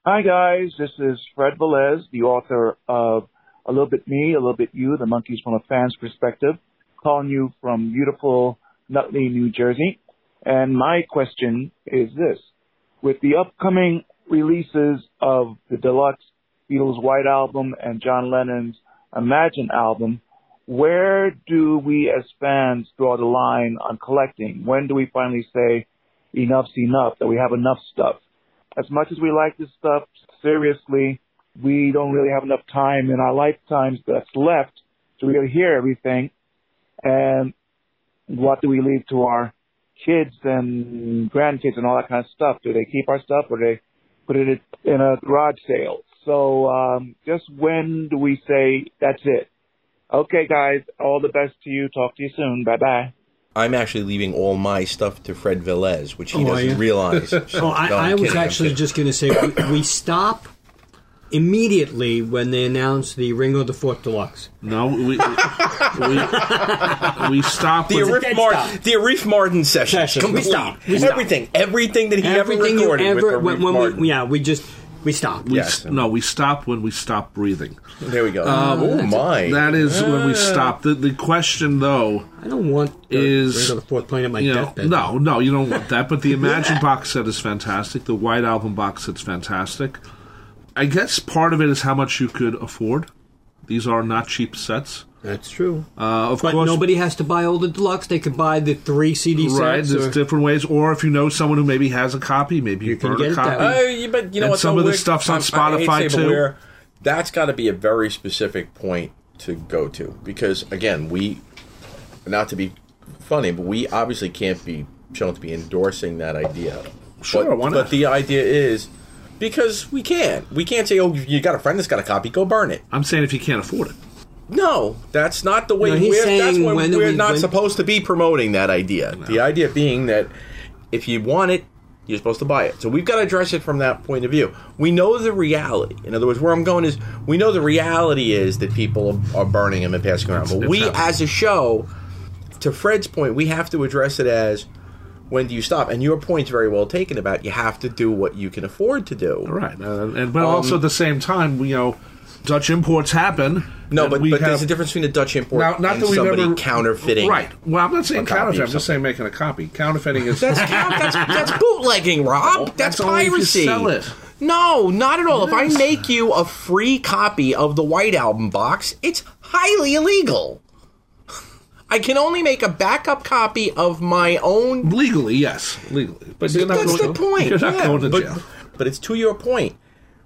[SPEAKER 7] Hi, guys. This is Fred Velez, the author of A Little Bit Me, A Little Bit You, The Monkeys from a Fan's Perspective, calling you from beautiful Nutley, New Jersey. And my question is this. With the upcoming releases of the deluxe Beatles White Album and John Lennon's Imagine album, where do we as fans draw the line on collecting? When do we finally say enough's enough, that we have enough stuff? as much as we like this stuff, seriously, we don't really have enough time in our lifetimes that's left to really hear everything. And what do we leave to our kids and grandkids and all that kind of stuff? Do they keep our stuff or do they put it in a garage sale? So, um, just when do we say that's it? Okay, guys, all the best to you. Talk to you soon. Bye bye.
[SPEAKER 4] I'm actually leaving all my stuff to Fred Velez, which he
[SPEAKER 3] Oh, are you?
[SPEAKER 4] doesn't
[SPEAKER 3] [laughs]
[SPEAKER 4] realize.
[SPEAKER 3] Oh, I, I was actually just going to say we, we stop immediately when they announce the Ringo the Fourth Deluxe.
[SPEAKER 2] No, we we, we stopped.
[SPEAKER 4] The
[SPEAKER 2] with-
[SPEAKER 4] Arif,
[SPEAKER 3] dead
[SPEAKER 4] Martin,
[SPEAKER 3] stop.
[SPEAKER 4] the Arif Martin session.
[SPEAKER 3] Session. We
[SPEAKER 4] Complete.
[SPEAKER 3] stop. We stop.
[SPEAKER 4] Everything. Everything that he
[SPEAKER 3] Everything you
[SPEAKER 4] ever recorded
[SPEAKER 3] ever
[SPEAKER 4] with
[SPEAKER 3] when,
[SPEAKER 4] Arif
[SPEAKER 3] when
[SPEAKER 4] Martin.
[SPEAKER 3] we, yeah, we just we stop.
[SPEAKER 2] we,
[SPEAKER 4] Yeah.
[SPEAKER 2] s- No, we stopped when we stopped breathing.
[SPEAKER 4] There we go.
[SPEAKER 3] Uh,
[SPEAKER 4] oh, my.
[SPEAKER 2] That is when we stopped. The, the question, though,
[SPEAKER 3] I don't want the
[SPEAKER 2] Is-
[SPEAKER 3] Ringo the Fourth playing at my
[SPEAKER 2] you know,
[SPEAKER 3] deathbed.
[SPEAKER 2] no, no, you don't want that. But the Imagine [laughs] box set is fantastic. The White Album box set's fantastic. I guess part of it is how much you could afford. These are not cheap sets.
[SPEAKER 3] that's true.
[SPEAKER 2] Uh, of
[SPEAKER 3] but
[SPEAKER 2] course,
[SPEAKER 3] nobody has to buy all the deluxe. They could buy the three CD
[SPEAKER 2] right?
[SPEAKER 3] sets.
[SPEAKER 2] There's
[SPEAKER 3] or-
[SPEAKER 2] different ways. Or if you know someone who maybe has a copy, maybe you,
[SPEAKER 3] can
[SPEAKER 2] burn
[SPEAKER 3] get
[SPEAKER 2] a
[SPEAKER 3] it that
[SPEAKER 2] copy.
[SPEAKER 3] way.
[SPEAKER 4] Uh, you- but you know
[SPEAKER 2] And
[SPEAKER 4] what?
[SPEAKER 2] some
[SPEAKER 4] though,
[SPEAKER 2] of the
[SPEAKER 4] we're-
[SPEAKER 2] stuff's on
[SPEAKER 4] I'm- I hate to
[SPEAKER 2] Spotify,
[SPEAKER 4] say, but
[SPEAKER 2] too.
[SPEAKER 4] we're- That's got to be a very specific point to go to because again, we not to be funny, but we obviously can't be shown to be endorsing that idea.
[SPEAKER 2] Sure,
[SPEAKER 4] but,
[SPEAKER 2] why not?
[SPEAKER 4] But the idea is because we can't. We can't say, "Oh, you got a friend that's got a copy, go burn it."
[SPEAKER 2] I'm saying if you can't afford it.
[SPEAKER 4] No, that's not the way
[SPEAKER 3] No, he's
[SPEAKER 4] we're. That's
[SPEAKER 3] saying
[SPEAKER 4] why
[SPEAKER 3] when
[SPEAKER 4] we're
[SPEAKER 3] we-
[SPEAKER 4] not
[SPEAKER 3] when-
[SPEAKER 4] supposed to be promoting that idea. The idea being that if you want it, you're supposed to buy it. So we've got to address it from that point of view. We know the reality. In other words, where I'm going is we know the reality is that people are burning them and passing around. But
[SPEAKER 2] it's
[SPEAKER 4] we,
[SPEAKER 2] happening.
[SPEAKER 4] as a show, to Fred's point, we have to address it as when do you stop? And your point's very well taken about you have to do what you can afford to do.
[SPEAKER 2] Right, Uh, and, and but
[SPEAKER 4] Um,
[SPEAKER 2] also at the same time, you know, Dutch imports happen.
[SPEAKER 4] No,
[SPEAKER 2] and
[SPEAKER 4] but,
[SPEAKER 2] we
[SPEAKER 4] but
[SPEAKER 2] have-
[SPEAKER 4] there's a difference between a Dutch import
[SPEAKER 2] Now, not
[SPEAKER 4] and
[SPEAKER 2] that we've
[SPEAKER 4] somebody
[SPEAKER 2] ever
[SPEAKER 4] counterfeiting.
[SPEAKER 2] Right. Well, I'm not saying
[SPEAKER 4] a copy
[SPEAKER 2] counterfeit.
[SPEAKER 4] of
[SPEAKER 2] I'm just
[SPEAKER 4] something.
[SPEAKER 2] saying making a copy. Counterfeiting is [laughs]
[SPEAKER 4] [laughs] That's count, that's that's bootlegging, Rob.
[SPEAKER 2] Oh, that's
[SPEAKER 4] that's,
[SPEAKER 2] only if you
[SPEAKER 4] piracy.
[SPEAKER 2] sell it.
[SPEAKER 4] No, not at all. If
[SPEAKER 2] Yes.
[SPEAKER 4] I make you a free copy of the White Album box, it's highly illegal. [laughs] I can only make a backup copy of my own.
[SPEAKER 2] legally, yes, legally. But you're not
[SPEAKER 4] that's
[SPEAKER 2] going
[SPEAKER 4] the point.
[SPEAKER 2] You're not
[SPEAKER 4] yeah,
[SPEAKER 2] going to
[SPEAKER 4] but,
[SPEAKER 2] jail.
[SPEAKER 4] But it's to your point.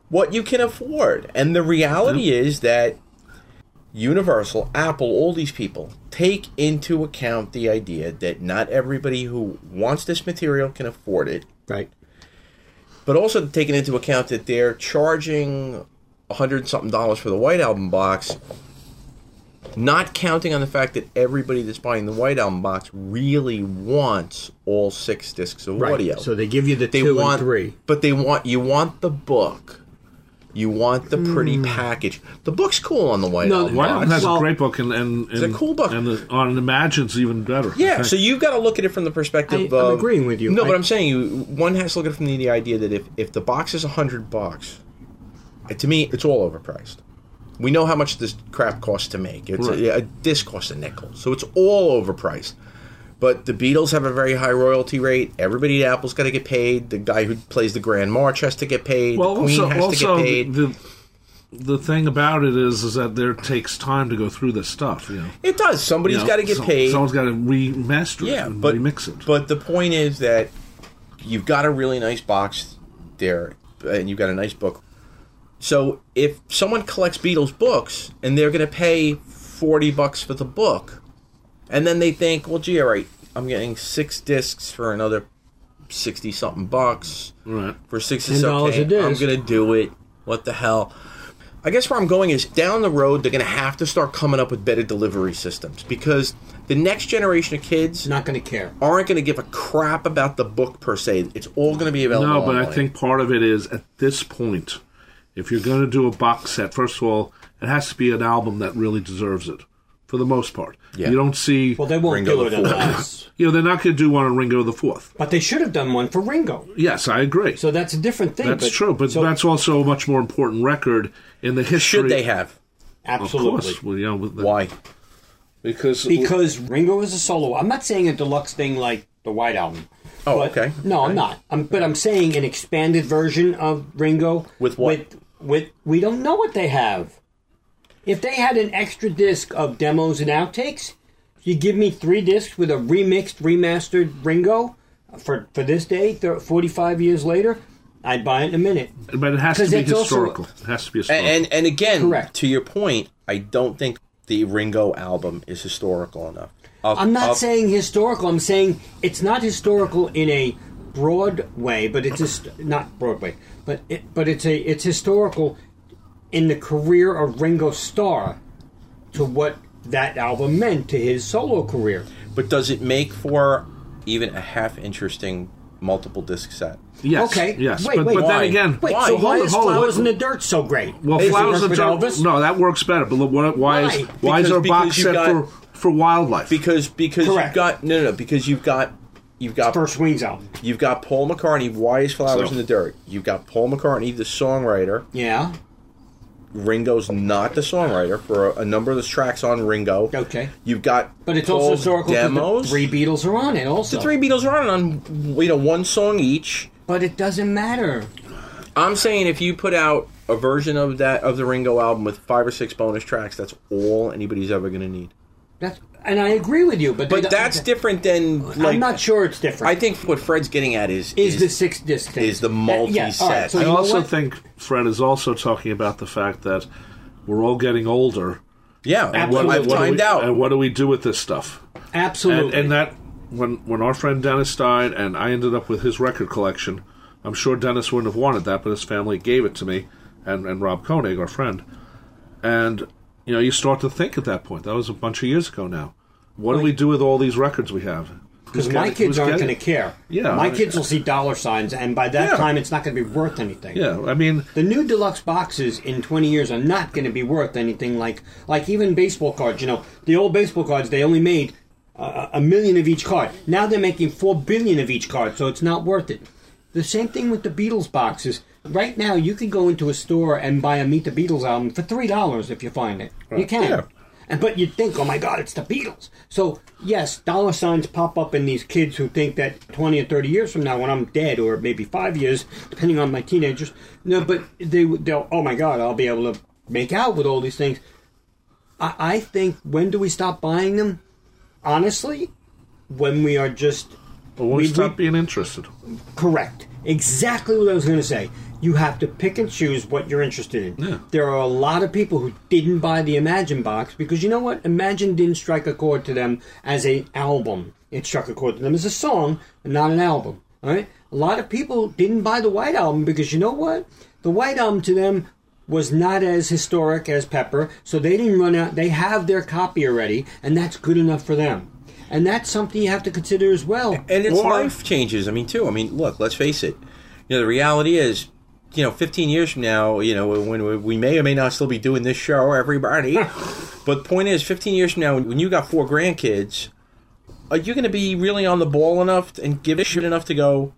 [SPEAKER 4] What you can afford, and the reality is that Universal, Apple, all these people take into account the idea that not everybody who wants this material can afford it.
[SPEAKER 3] Right.
[SPEAKER 4] but also taking into account that they're charging a hundred and something dollars for the White Album box, not counting on the fact that everybody that's buying the White Album box really wants all six discs of
[SPEAKER 3] Right.
[SPEAKER 4] audio.
[SPEAKER 3] So they give you the
[SPEAKER 4] they
[SPEAKER 3] two and
[SPEAKER 4] want
[SPEAKER 3] three.
[SPEAKER 4] but they want you want the book, you want the pretty package. The book's cool on the White
[SPEAKER 3] Hmm. No,
[SPEAKER 4] Album
[SPEAKER 2] White Album
[SPEAKER 4] box.
[SPEAKER 2] has
[SPEAKER 3] Well,
[SPEAKER 2] a great book, and, and, and
[SPEAKER 4] a cool book.
[SPEAKER 2] and the, on Imagine's even better. I
[SPEAKER 4] Yeah,
[SPEAKER 2] think.
[SPEAKER 4] so you've got to look at it from the
[SPEAKER 3] I-
[SPEAKER 4] perspective
[SPEAKER 3] I'm
[SPEAKER 4] of
[SPEAKER 3] agreeing with you.
[SPEAKER 4] No, but
[SPEAKER 3] I-
[SPEAKER 4] I'm saying you one has to look at it from the, the idea that if if the box is hundred bucks, uh, to me it's all overpriced. We know how much this crap costs to make. It's
[SPEAKER 2] Right.
[SPEAKER 4] a, a disc costs a nickel, so it's all overpriced. But the Beatles have a very high royalty rate. Everybody at Apple's got to get paid. The guy who plays the Grand March has to get paid.
[SPEAKER 2] well,
[SPEAKER 4] the Queen
[SPEAKER 2] also,
[SPEAKER 4] has
[SPEAKER 2] also
[SPEAKER 4] to get paid.
[SPEAKER 2] the the thing about it is, is that there takes time to go through this stuff. You know,
[SPEAKER 4] it does. Somebody's
[SPEAKER 2] You know,
[SPEAKER 4] got to get
[SPEAKER 2] so-
[SPEAKER 4] paid.
[SPEAKER 2] Someone's got to remaster it,
[SPEAKER 4] yeah,
[SPEAKER 2] and
[SPEAKER 4] but
[SPEAKER 2] remix it.
[SPEAKER 4] But the point is that you've got a really nice box there, and you've got a nice book. So if someone collects Beatles books and they're going to pay forty bucks for the book, and then they think, well, gee, all right, I'm getting six discs for another sixty something bucks
[SPEAKER 2] right.
[SPEAKER 4] for six
[SPEAKER 3] Ten
[SPEAKER 4] is
[SPEAKER 3] dollars
[SPEAKER 4] okay.
[SPEAKER 3] a disc.
[SPEAKER 4] I'm gonna do it. What the hell? I guess where I'm going is down the road they're gonna have to start coming up with better delivery systems because the next generation of kids
[SPEAKER 3] Not going to care.
[SPEAKER 4] aren't gonna give a crap about the book per se. It's all gonna be available.
[SPEAKER 2] No, but I
[SPEAKER 4] online.
[SPEAKER 2] think part of it is at this point, if you're going to do a box set, first of all, it has to be an album that really deserves it for the most part.
[SPEAKER 4] Yeah.
[SPEAKER 2] You don't see,
[SPEAKER 3] Well, they won't
[SPEAKER 4] Ringo
[SPEAKER 3] do
[SPEAKER 4] the
[SPEAKER 3] it unless.
[SPEAKER 2] you know, they're not going to do one on Ringo the Fourth.
[SPEAKER 3] But they should have done one for Ringo.
[SPEAKER 2] Yes, I agree.
[SPEAKER 3] So that's a different thing.
[SPEAKER 2] that's
[SPEAKER 3] but-
[SPEAKER 2] true, but
[SPEAKER 3] so-
[SPEAKER 2] that's also a much more important record in the history.
[SPEAKER 4] should they have
[SPEAKER 2] Of
[SPEAKER 3] absolutely.
[SPEAKER 2] course, well, you know, with the-
[SPEAKER 4] why?
[SPEAKER 2] Because
[SPEAKER 3] because Ringo is a solo. I'm not saying a deluxe thing like the White Album.
[SPEAKER 4] Oh,
[SPEAKER 3] But-
[SPEAKER 4] okay.
[SPEAKER 3] No, I'm not. I'm, but I'm saying an expanded version of Ringo.
[SPEAKER 4] With what?
[SPEAKER 3] With, with we don't know what they have. If they had an extra disc of demos and outtakes, you give me three discs with a remixed, remastered Ringo for for this day, thir 45 years later, I'd buy it in a minute.
[SPEAKER 2] but it has to
[SPEAKER 3] 'Cause
[SPEAKER 2] be
[SPEAKER 3] it's also-
[SPEAKER 2] historical. It has to be historical.
[SPEAKER 4] And and, and again,
[SPEAKER 3] Correct.
[SPEAKER 4] to your point, I don't think the Ringo album is historical enough. I'll-
[SPEAKER 3] I'm
[SPEAKER 2] Uh,
[SPEAKER 3] not
[SPEAKER 4] I'll-
[SPEAKER 3] saying historical. I'm saying it's not historical in a broad way, but it's just not Broadway, but it, but it's a it's historical in the career of Ringo Starr to what that album meant to his solo career.
[SPEAKER 4] But does it make for even a half interesting multiple disc set?
[SPEAKER 2] yes,
[SPEAKER 3] okay,
[SPEAKER 2] yes,
[SPEAKER 3] wait,
[SPEAKER 2] but,
[SPEAKER 3] wait,
[SPEAKER 2] but then
[SPEAKER 4] why?
[SPEAKER 2] again,
[SPEAKER 3] Wait,
[SPEAKER 4] Why?
[SPEAKER 3] so why
[SPEAKER 2] Hold it,
[SPEAKER 3] is
[SPEAKER 2] hold it.
[SPEAKER 3] Flowers in the Dirt so great?
[SPEAKER 2] Well,
[SPEAKER 3] Does it
[SPEAKER 2] Flowers
[SPEAKER 3] work
[SPEAKER 2] and
[SPEAKER 3] with
[SPEAKER 2] Elvis. No, that works better. But look, what, why,
[SPEAKER 3] Why?
[SPEAKER 2] Is, why is
[SPEAKER 4] Because-
[SPEAKER 2] our
[SPEAKER 4] because
[SPEAKER 2] box
[SPEAKER 4] you
[SPEAKER 2] set
[SPEAKER 4] got-
[SPEAKER 2] for for wildlife?
[SPEAKER 4] because because
[SPEAKER 3] Correct.
[SPEAKER 4] you've got no, no no because you've got you've got
[SPEAKER 3] First Wings album.
[SPEAKER 4] you've got Paul McCartney Why is Flowers
[SPEAKER 2] So-
[SPEAKER 4] in the Dirt you've got Paul McCartney the songwriter
[SPEAKER 3] Yeah.
[SPEAKER 4] Ringo's not the songwriter for a, a number of the tracks on Ringo
[SPEAKER 3] Okay.
[SPEAKER 4] you've got
[SPEAKER 3] But it's also
[SPEAKER 4] Paul's
[SPEAKER 3] historical 'cause
[SPEAKER 4] demos
[SPEAKER 3] the three Beatles are on it also.
[SPEAKER 4] The three Beatles are on on you know one song each
[SPEAKER 3] but it doesn't matter.
[SPEAKER 4] I'm saying if you put out a version of that of the Ringo album with five or six bonus tracks that's all anybody's ever going to need
[SPEAKER 3] That's and I agree with you, but they
[SPEAKER 4] but
[SPEAKER 3] don't-
[SPEAKER 4] that's different than like
[SPEAKER 3] I'm not sure it's different.
[SPEAKER 4] I think what Fred's getting at is
[SPEAKER 3] is, the six disc thing.
[SPEAKER 4] is the
[SPEAKER 3] Uh, yeah, all right,
[SPEAKER 4] multi-set.
[SPEAKER 3] so
[SPEAKER 2] I
[SPEAKER 3] you know
[SPEAKER 2] also
[SPEAKER 3] what?
[SPEAKER 2] think Fred is also talking about the fact that we're all getting older.
[SPEAKER 4] yeah
[SPEAKER 2] And what,
[SPEAKER 4] I've
[SPEAKER 3] Absolutely.
[SPEAKER 2] what do
[SPEAKER 4] timed
[SPEAKER 2] we,
[SPEAKER 4] out
[SPEAKER 2] And what do we do with this stuff? And,
[SPEAKER 3] Oh. absolutely
[SPEAKER 2] and that when when our friend Dennis died, and I ended up with his record collection. I'm sure Dennis wouldn't have wanted that, but his family gave it to me, and and Rob Koenig, our friend. And you know, you start to think at that point. That was a bunch of years ago now. What do we do with all these records we have? Who's
[SPEAKER 3] because my
[SPEAKER 2] getting-
[SPEAKER 3] kids
[SPEAKER 2] who's
[SPEAKER 3] aren't going
[SPEAKER 2] getting-
[SPEAKER 3] to care.
[SPEAKER 2] Yeah,
[SPEAKER 3] my
[SPEAKER 2] I mean-
[SPEAKER 3] kids will see dollar signs, and by that
[SPEAKER 2] Yeah.
[SPEAKER 3] time, it's not going to be worth anything.
[SPEAKER 2] Yeah, I mean,
[SPEAKER 3] The new deluxe boxes in 20 years are not going to be worth anything like like even baseball cards. You know, the old baseball cards they only made a, a million of each card. Now they're making four billion of each card, so it's not worth it. The same thing with the Beatles boxes. Right now, you can go into a store and buy a Meet the Beatles album for three dollars if you find it. You can.
[SPEAKER 4] Yeah.
[SPEAKER 3] And, but you'd think, oh my God, it's the Beatles. So yes, dollar signs pop up in these kids who think that twenty or thirty years from now, when I'm dead, or maybe five years, depending on my teenagers. No, but they they'll oh my God, I'll be able to make out with all these things. I, I think when do we stop buying them? Honestly, when we are just
[SPEAKER 2] But we
[SPEAKER 3] we-
[SPEAKER 2] stop being interested.
[SPEAKER 3] Correct. Exactly what I was going to say. You have to pick and choose what you're interested in. There are a lot of people who didn't buy the Imagine box because you know what? Imagine didn't strike a chord to them as an album. It struck a chord to them as a song, and not an album. All right. A lot of people didn't buy the White Album because you know what? The White Album to them was not as historic as Pepper, so they didn't run out. They have their copy already, and that's good enough for them. And that's something you have to consider as well.
[SPEAKER 4] and it's
[SPEAKER 3] Or-
[SPEAKER 4] life changes. I mean, too. I mean, look, let's face it. You know, the reality is, you know, 15 years from now, you know, when we- we may or may not still be doing this
[SPEAKER 3] [laughs]
[SPEAKER 4] show, everybody. but point is, 15 years from now, when when you got four grandkids, are you going to be really on the ball enough and give a shit enough to go?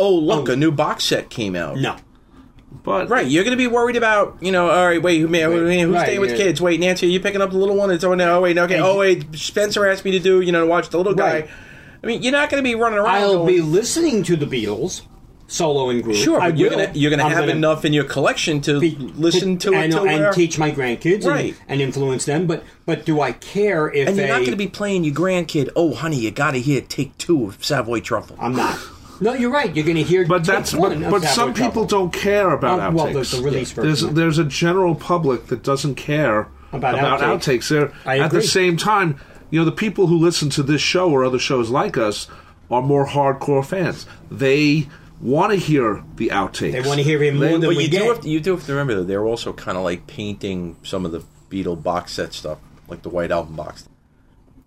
[SPEAKER 4] Oh, look, a new box set came out.
[SPEAKER 3] No.
[SPEAKER 2] But
[SPEAKER 4] Right, you're going to be worried about, you know, all right, wait, who, man, who's
[SPEAKER 3] right,
[SPEAKER 4] staying with
[SPEAKER 3] yeah.
[SPEAKER 4] kids? Wait, Nancy, are you picking up the little one? It's, oh, no, oh, wait, okay. Oh, wait, Spencer asked me to do, you know, to watch the little
[SPEAKER 3] Right.
[SPEAKER 4] guy. I mean, you're not going to be running around.
[SPEAKER 3] I'll
[SPEAKER 4] going,
[SPEAKER 3] be listening to the Beatles solo and group.
[SPEAKER 4] Sure,
[SPEAKER 3] I
[SPEAKER 4] but you're
[SPEAKER 3] will.
[SPEAKER 4] gonna you're gonna
[SPEAKER 3] I'm
[SPEAKER 4] have
[SPEAKER 3] gonna
[SPEAKER 4] enough in your collection to
[SPEAKER 3] be-
[SPEAKER 4] listen to it
[SPEAKER 3] and,
[SPEAKER 4] to
[SPEAKER 3] and
[SPEAKER 4] where-
[SPEAKER 3] teach my grandkids
[SPEAKER 4] Right.
[SPEAKER 3] and, and influence them. But but do I care if
[SPEAKER 4] and you're
[SPEAKER 3] they,
[SPEAKER 4] not going to be playing your grandkid. Oh, honey, you got to hear take two of Savoy Truffle.
[SPEAKER 3] I'm not. No, you're right. You're going to hear.
[SPEAKER 2] But
[SPEAKER 3] take
[SPEAKER 2] that's
[SPEAKER 3] one
[SPEAKER 2] but,
[SPEAKER 3] of
[SPEAKER 2] but
[SPEAKER 3] Savoy
[SPEAKER 2] some
[SPEAKER 3] Trouble.
[SPEAKER 2] people don't care about outtakes.
[SPEAKER 3] Oh, well, the- the release
[SPEAKER 2] there's
[SPEAKER 3] version.
[SPEAKER 2] there's a general public that doesn't care
[SPEAKER 3] About
[SPEAKER 2] about,
[SPEAKER 3] outtakes.
[SPEAKER 2] outtakes. They're-
[SPEAKER 3] I
[SPEAKER 2] at the
[SPEAKER 3] agree.
[SPEAKER 2] same time, you know, the people who listen to this show or other shows like us are more hardcore fans. They want to hear the outtakes.
[SPEAKER 3] They want to hear him more than
[SPEAKER 4] but
[SPEAKER 3] we
[SPEAKER 4] you
[SPEAKER 3] get.
[SPEAKER 4] do have to, you do have to remember that they're also kind of like painting some of the Beatle box set stuff, like the White Album box.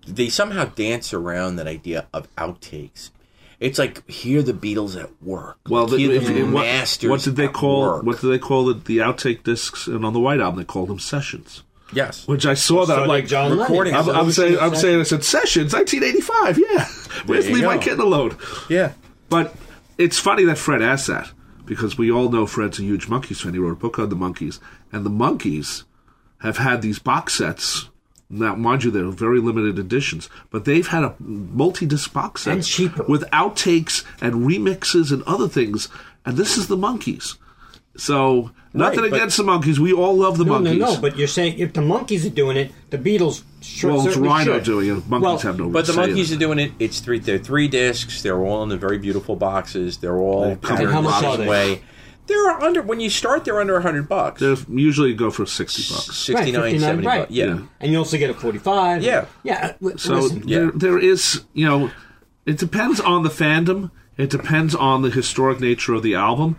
[SPEAKER 4] They somehow dance around that idea of outtakes. It's like hear the Beatles at work.
[SPEAKER 2] Well, the,
[SPEAKER 4] hear
[SPEAKER 2] if,
[SPEAKER 4] the
[SPEAKER 2] what,
[SPEAKER 4] masters
[SPEAKER 2] what did they
[SPEAKER 4] at
[SPEAKER 2] call
[SPEAKER 4] work.
[SPEAKER 2] what did they call it? The outtake discs, and on the White Album they called them sessions.
[SPEAKER 4] yes,
[SPEAKER 2] Which I saw that
[SPEAKER 3] So
[SPEAKER 2] I'm
[SPEAKER 3] did
[SPEAKER 2] like
[SPEAKER 3] John Lennon.
[SPEAKER 4] recording.
[SPEAKER 2] I'm, I'm saying I'm saying I said sessions 1985. Yeah, where's
[SPEAKER 4] you
[SPEAKER 2] leave my
[SPEAKER 4] go.
[SPEAKER 2] kitten alone?
[SPEAKER 4] yeah.
[SPEAKER 2] But it's funny that Fred asked that because we all know Fred's a huge monkeys fan. He wrote a book on the monkeys, and the monkeys have had these box sets. Now, mind you, they're very limited editions, but they've had a multi-disc box set
[SPEAKER 3] And cheaper.
[SPEAKER 2] with outtakes and remixes and other things. And this is the monkeys. So nothing
[SPEAKER 4] Right, but-
[SPEAKER 2] against the monkeys. We all love the
[SPEAKER 3] No,
[SPEAKER 2] monkeys.
[SPEAKER 3] no, no. But you're saying if the monkeys are doing it, the Beatles sure
[SPEAKER 2] well, it's
[SPEAKER 3] certainly
[SPEAKER 2] Rhino
[SPEAKER 3] should.
[SPEAKER 2] doing it. Monkeys
[SPEAKER 3] Well,
[SPEAKER 2] have no.
[SPEAKER 4] But the
[SPEAKER 2] say in
[SPEAKER 4] monkeys
[SPEAKER 2] it.
[SPEAKER 4] are doing it. It's three. They're three discs. They're all in the very beautiful boxes. They're all
[SPEAKER 2] come in
[SPEAKER 4] covered in the
[SPEAKER 2] boxes.
[SPEAKER 4] same way. They're under when you start. They're under hundred bucks.
[SPEAKER 2] They're usually go for sixty bucks.
[SPEAKER 4] 69,
[SPEAKER 3] right, 59,
[SPEAKER 4] 70
[SPEAKER 3] right.
[SPEAKER 4] bucks. Yeah.
[SPEAKER 3] And you also get a 45.
[SPEAKER 4] Yeah.
[SPEAKER 3] Yeah. uh,
[SPEAKER 2] So
[SPEAKER 3] listen,
[SPEAKER 4] yeah.
[SPEAKER 2] there, there is, you know, it depends on the fandom. It depends on the historic nature of the album.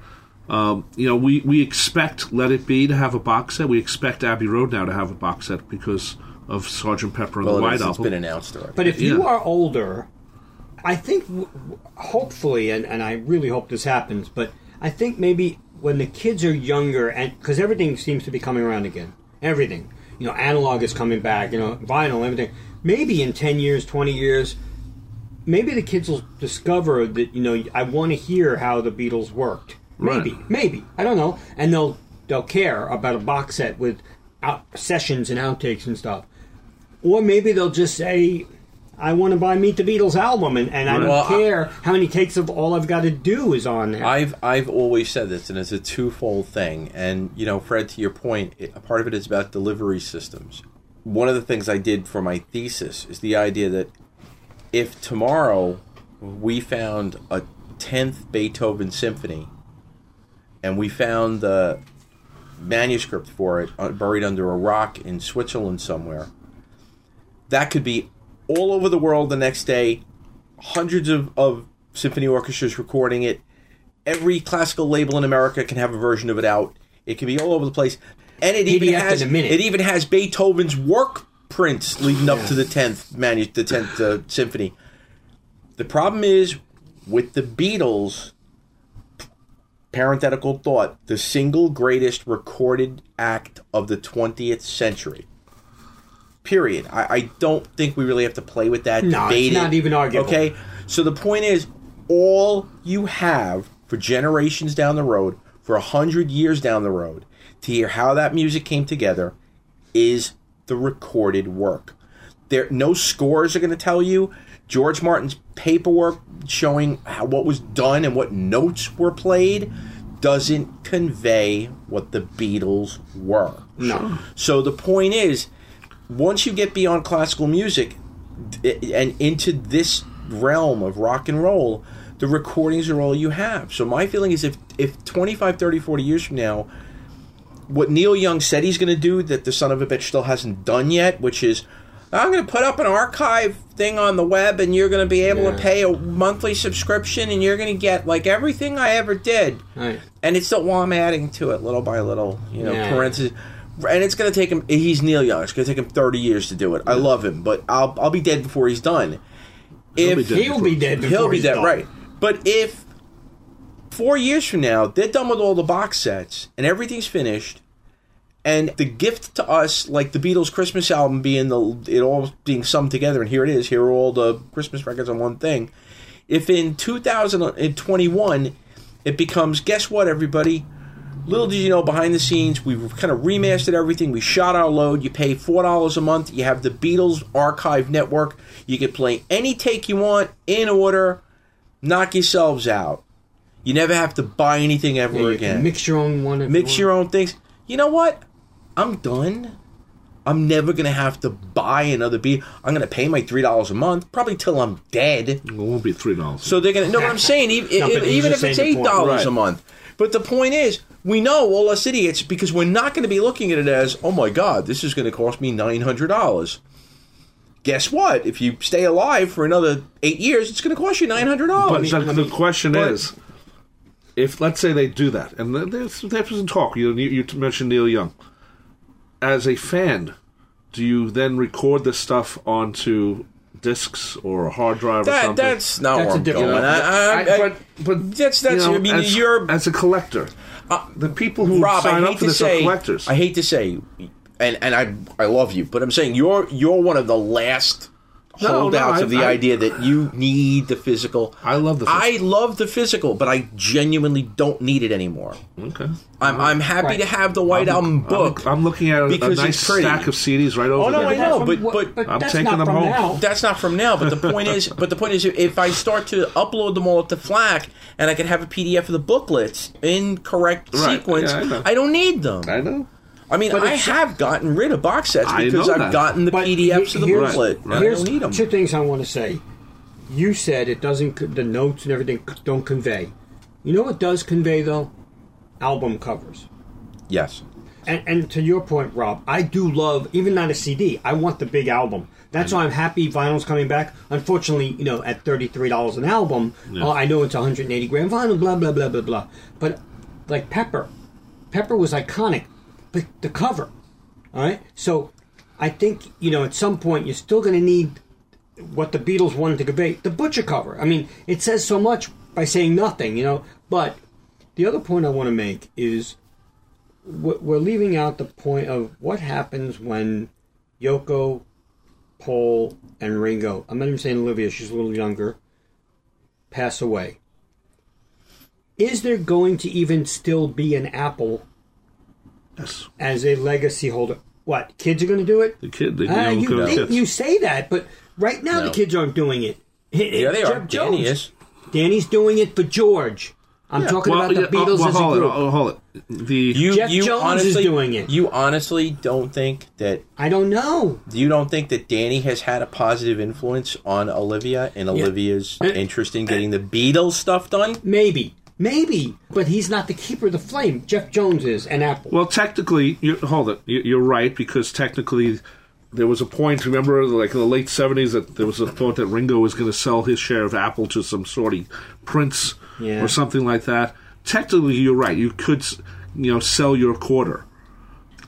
[SPEAKER 2] Um, you know, we, we expect Let It Be to have a box set. We expect Abbey Road now to have a box set because of Sergeant Pepper and
[SPEAKER 4] Well,
[SPEAKER 2] the
[SPEAKER 4] it
[SPEAKER 2] White
[SPEAKER 4] is, it's
[SPEAKER 2] Album.
[SPEAKER 4] been announced already.
[SPEAKER 3] But if you
[SPEAKER 2] Yeah.
[SPEAKER 3] are older, I think w- w- hopefully, and, and I really hope this happens, but I think maybe when the kids are younger, and because everything seems to be coming around again, everything, you know, analog is coming back, you know, vinyl, everything. Maybe in ten years, twenty years, maybe the kids will discover that you know I want to hear how the Beatles worked. Maybe,
[SPEAKER 2] Right.
[SPEAKER 3] maybe I don't know, and they'll they'll care about a box set with out, sessions and outtakes and stuff, or maybe they'll just say. I want to buy Meet the Beatles album, and, and I don't
[SPEAKER 4] Well, I-
[SPEAKER 3] care how many takes of All I've Got to Do is on there.
[SPEAKER 4] I've I've always said this, and it's a twofold thing. And you know, Fred, to your point, it, a part of it is about delivery systems. One of the things I did for my thesis is the idea that if tomorrow we found a tenth Beethoven symphony, and we found the manuscript for it uh, buried under a rock in Switzerland somewhere, that could be all over the world the next day. Hundreds of, of symphony orchestras recording it every classical label in America can have a version of it out. It can be all over the place, and it even
[SPEAKER 3] PDF in
[SPEAKER 4] has
[SPEAKER 3] a minute.
[SPEAKER 4] it even has Beethoven's work prints leading up to the tenth manu- the tenth uh, symphony. The problem is with the Beatles. Parenthetical thought: the single greatest recorded act of the twentieth century. Period. I, I don't think we really have to play with that.
[SPEAKER 3] No, it's
[SPEAKER 4] debate it.
[SPEAKER 3] not even arguable.
[SPEAKER 4] Okay. So the point is, all you have for generations down the road, for a hundred years down the road, to hear how that music came together, is the recorded work. There, no scores are going to tell you. George Martin's paperwork showing how, what was done and what notes were played doesn't convey what the Beatles were.
[SPEAKER 3] No.
[SPEAKER 4] So the point is, once you get beyond classical music d- and into this realm of rock and roll, the recordings are all you have. So my feeling is if if 25, 30, 40 years from now, what Neil Young said he's going to do that the son of a bitch still hasn't done yet, which is I'm going to put up an archive thing on the web and you're going to be able to
[SPEAKER 3] Yeah.
[SPEAKER 4] pay a monthly subscription and you're going to get like everything I ever did.
[SPEAKER 3] Right.
[SPEAKER 4] And it's still while I'm adding to it little by little, you know,
[SPEAKER 3] Yeah.
[SPEAKER 4] parentheses. And it's going to take him. He's Neil Young. It's going to take him 30 years to do it. I love him, but I'll I'll be dead before he's done. If
[SPEAKER 2] be dead
[SPEAKER 3] He'll be dead.
[SPEAKER 4] he'll
[SPEAKER 3] before
[SPEAKER 4] be
[SPEAKER 3] he's
[SPEAKER 4] dead,
[SPEAKER 3] gone.
[SPEAKER 4] right? But if four years from now they're done with all the box sets and everything's finished, and the gift to us, like the Beatles' Christmas album being the it all being summed together, and here it is. Here are all the Christmas records on one thing. If in 2021 it becomes, guess what, everybody? Little did you know, behind the scenes, we've kind of remastered everything. We shot our load. You pay four dollars a month. You have the Beatles Archive Network. You can play any take you want in order. Knock yourselves out. You never have to buy anything ever
[SPEAKER 3] You
[SPEAKER 4] again
[SPEAKER 3] can mix your own one. if
[SPEAKER 4] mix
[SPEAKER 3] you
[SPEAKER 4] your own things. You know what? I'm done. I'm never gonna have to buy another beer. I'm gonna pay my three dollars a month, probably till I'm dead.
[SPEAKER 2] It won't be three dollars.
[SPEAKER 4] So they're gonna. No, what I'm saying,
[SPEAKER 3] [laughs]
[SPEAKER 4] even,
[SPEAKER 3] No, but he's
[SPEAKER 4] even if
[SPEAKER 3] just
[SPEAKER 4] it's
[SPEAKER 3] saying
[SPEAKER 4] eight
[SPEAKER 3] the point.
[SPEAKER 4] dollars
[SPEAKER 2] Right.
[SPEAKER 4] a month. But the point is, we know all us idiots because we're not going to be looking at it as, oh my god, this is going to cost me nine hundred dollars. Guess what? If you stay alive for another eight years, it's going to cost you nine hundred
[SPEAKER 2] But
[SPEAKER 4] dollars.
[SPEAKER 2] the, the question
[SPEAKER 4] but-
[SPEAKER 2] is, if let's say they do that, and there- there's there's some talk. You, you you mentioned Neil Young. As a fan, do you then record this stuff onto discs or a hard drive or
[SPEAKER 4] That,
[SPEAKER 2] something?
[SPEAKER 4] that's not
[SPEAKER 3] That's
[SPEAKER 4] where
[SPEAKER 3] a
[SPEAKER 4] I'm
[SPEAKER 3] different-
[SPEAKER 4] going. I- I-
[SPEAKER 2] I-
[SPEAKER 4] I-
[SPEAKER 2] but but
[SPEAKER 4] that's- that's- I mean,
[SPEAKER 2] as,
[SPEAKER 4] you're-
[SPEAKER 2] as a collector.
[SPEAKER 4] Uh,
[SPEAKER 2] the people who
[SPEAKER 4] Rob,
[SPEAKER 2] sign
[SPEAKER 4] I
[SPEAKER 2] up
[SPEAKER 4] hate
[SPEAKER 2] for
[SPEAKER 4] to
[SPEAKER 2] this
[SPEAKER 4] say,
[SPEAKER 2] are collectors.
[SPEAKER 4] I hate to say, and and I I love you, but I'm saying you're you're one of the last
[SPEAKER 2] No, no,
[SPEAKER 4] holdouts
[SPEAKER 2] I-
[SPEAKER 4] of the
[SPEAKER 2] I-
[SPEAKER 4] idea that you need the physical.
[SPEAKER 2] I love the
[SPEAKER 4] I love the physical, but I genuinely don't need it anymore.
[SPEAKER 2] okay.
[SPEAKER 4] I'm I'm happy
[SPEAKER 3] Right.
[SPEAKER 4] to have the White Album book.
[SPEAKER 2] I'm, I'm looking at a, a
[SPEAKER 4] because it's
[SPEAKER 2] nice
[SPEAKER 4] pretty.
[SPEAKER 2] stack of CDs right over
[SPEAKER 4] Oh, no,
[SPEAKER 2] there.
[SPEAKER 4] I know.
[SPEAKER 3] From
[SPEAKER 4] but-
[SPEAKER 3] what-
[SPEAKER 4] but-
[SPEAKER 3] but
[SPEAKER 2] I'm
[SPEAKER 3] that's
[SPEAKER 2] taking
[SPEAKER 3] not
[SPEAKER 2] them
[SPEAKER 3] from
[SPEAKER 2] home.
[SPEAKER 3] now.
[SPEAKER 4] that's not from now, but the point is, but the point is, if I start to upload them all up to FLAC and I can have a PDF of the booklets in correct
[SPEAKER 2] Right.
[SPEAKER 4] sequence,
[SPEAKER 2] Yeah, I know.
[SPEAKER 4] I don't need them.
[SPEAKER 2] I know.
[SPEAKER 4] I mean,
[SPEAKER 3] But
[SPEAKER 4] I
[SPEAKER 3] it's-
[SPEAKER 4] have gotten rid of box sets
[SPEAKER 2] I
[SPEAKER 4] because
[SPEAKER 2] know
[SPEAKER 4] I've
[SPEAKER 2] that.
[SPEAKER 4] gotten the
[SPEAKER 3] But
[SPEAKER 4] PDFs of the
[SPEAKER 3] here's-
[SPEAKER 4] booklet. and I
[SPEAKER 3] Here's
[SPEAKER 4] don't need them.
[SPEAKER 3] two things I want to say. You said it doesn't. co- The notes and everything c- don't convey. You know what does convey though? Album covers.
[SPEAKER 4] Yes.
[SPEAKER 3] And, and to your point, Rob, I do love even not a CD. I want the big album. That's why I'm happy vinyl's coming back. Unfortunately, you know, at thirty three dollars an album, uh, I know it's one hundred and eighty gram vinyl. Blah blah blah blah blah. But like Pepper, Pepper was iconic, but the cover. All right, so I think you know at some point you're still going to need what the Beatles wanted to convey. The Butcher cover. I mean, it says so much by saying nothing, you know. But the other point I want to make is we're we're leaving out the point of what happens when Yoko, Paul, and Ringo, I'm not even saying Olivia, she's a little younger, pass away. Is there going to even still be an Apple
[SPEAKER 2] Yes.
[SPEAKER 3] as a legacy holder? What, kids are going to do it?
[SPEAKER 2] The kid. The,
[SPEAKER 3] Ah,
[SPEAKER 2] you
[SPEAKER 3] you,
[SPEAKER 2] know,
[SPEAKER 3] think
[SPEAKER 2] kids.
[SPEAKER 3] you say that, but right now
[SPEAKER 4] No.
[SPEAKER 3] the kids aren't doing it.
[SPEAKER 4] Yeah, they are.
[SPEAKER 3] Jeff
[SPEAKER 4] Danny
[SPEAKER 3] Jones.
[SPEAKER 4] is.
[SPEAKER 3] Danny's doing it for George. I'm talking
[SPEAKER 2] Well,
[SPEAKER 3] about the
[SPEAKER 2] yeah, oh,
[SPEAKER 3] Beatles
[SPEAKER 2] well,
[SPEAKER 3] as a
[SPEAKER 2] hold
[SPEAKER 3] group.
[SPEAKER 2] It, oh, hold it. The
[SPEAKER 4] You,
[SPEAKER 3] Jeff
[SPEAKER 4] you
[SPEAKER 3] Jones is
[SPEAKER 4] honestly,
[SPEAKER 3] doing it.
[SPEAKER 4] You honestly don't think that
[SPEAKER 3] I don't know.
[SPEAKER 4] you don't think that Danny has had a positive influence on Olivia and Olivia's
[SPEAKER 3] Eh.
[SPEAKER 4] interest in getting the Beatles stuff done?
[SPEAKER 3] Maybe. Maybe. But he's not the keeper of the flame. Jeff Jones is and Apple.
[SPEAKER 2] Well, technically, you, hold it. You, you're right because technically, there was a point. Remember, like in the late '70s, that there was a thought that Ringo was going to sell his share of Apple to some sort of Prince
[SPEAKER 3] Yeah.
[SPEAKER 2] or something like that. Technically, you're right. You could, s- you know, sell your quarter,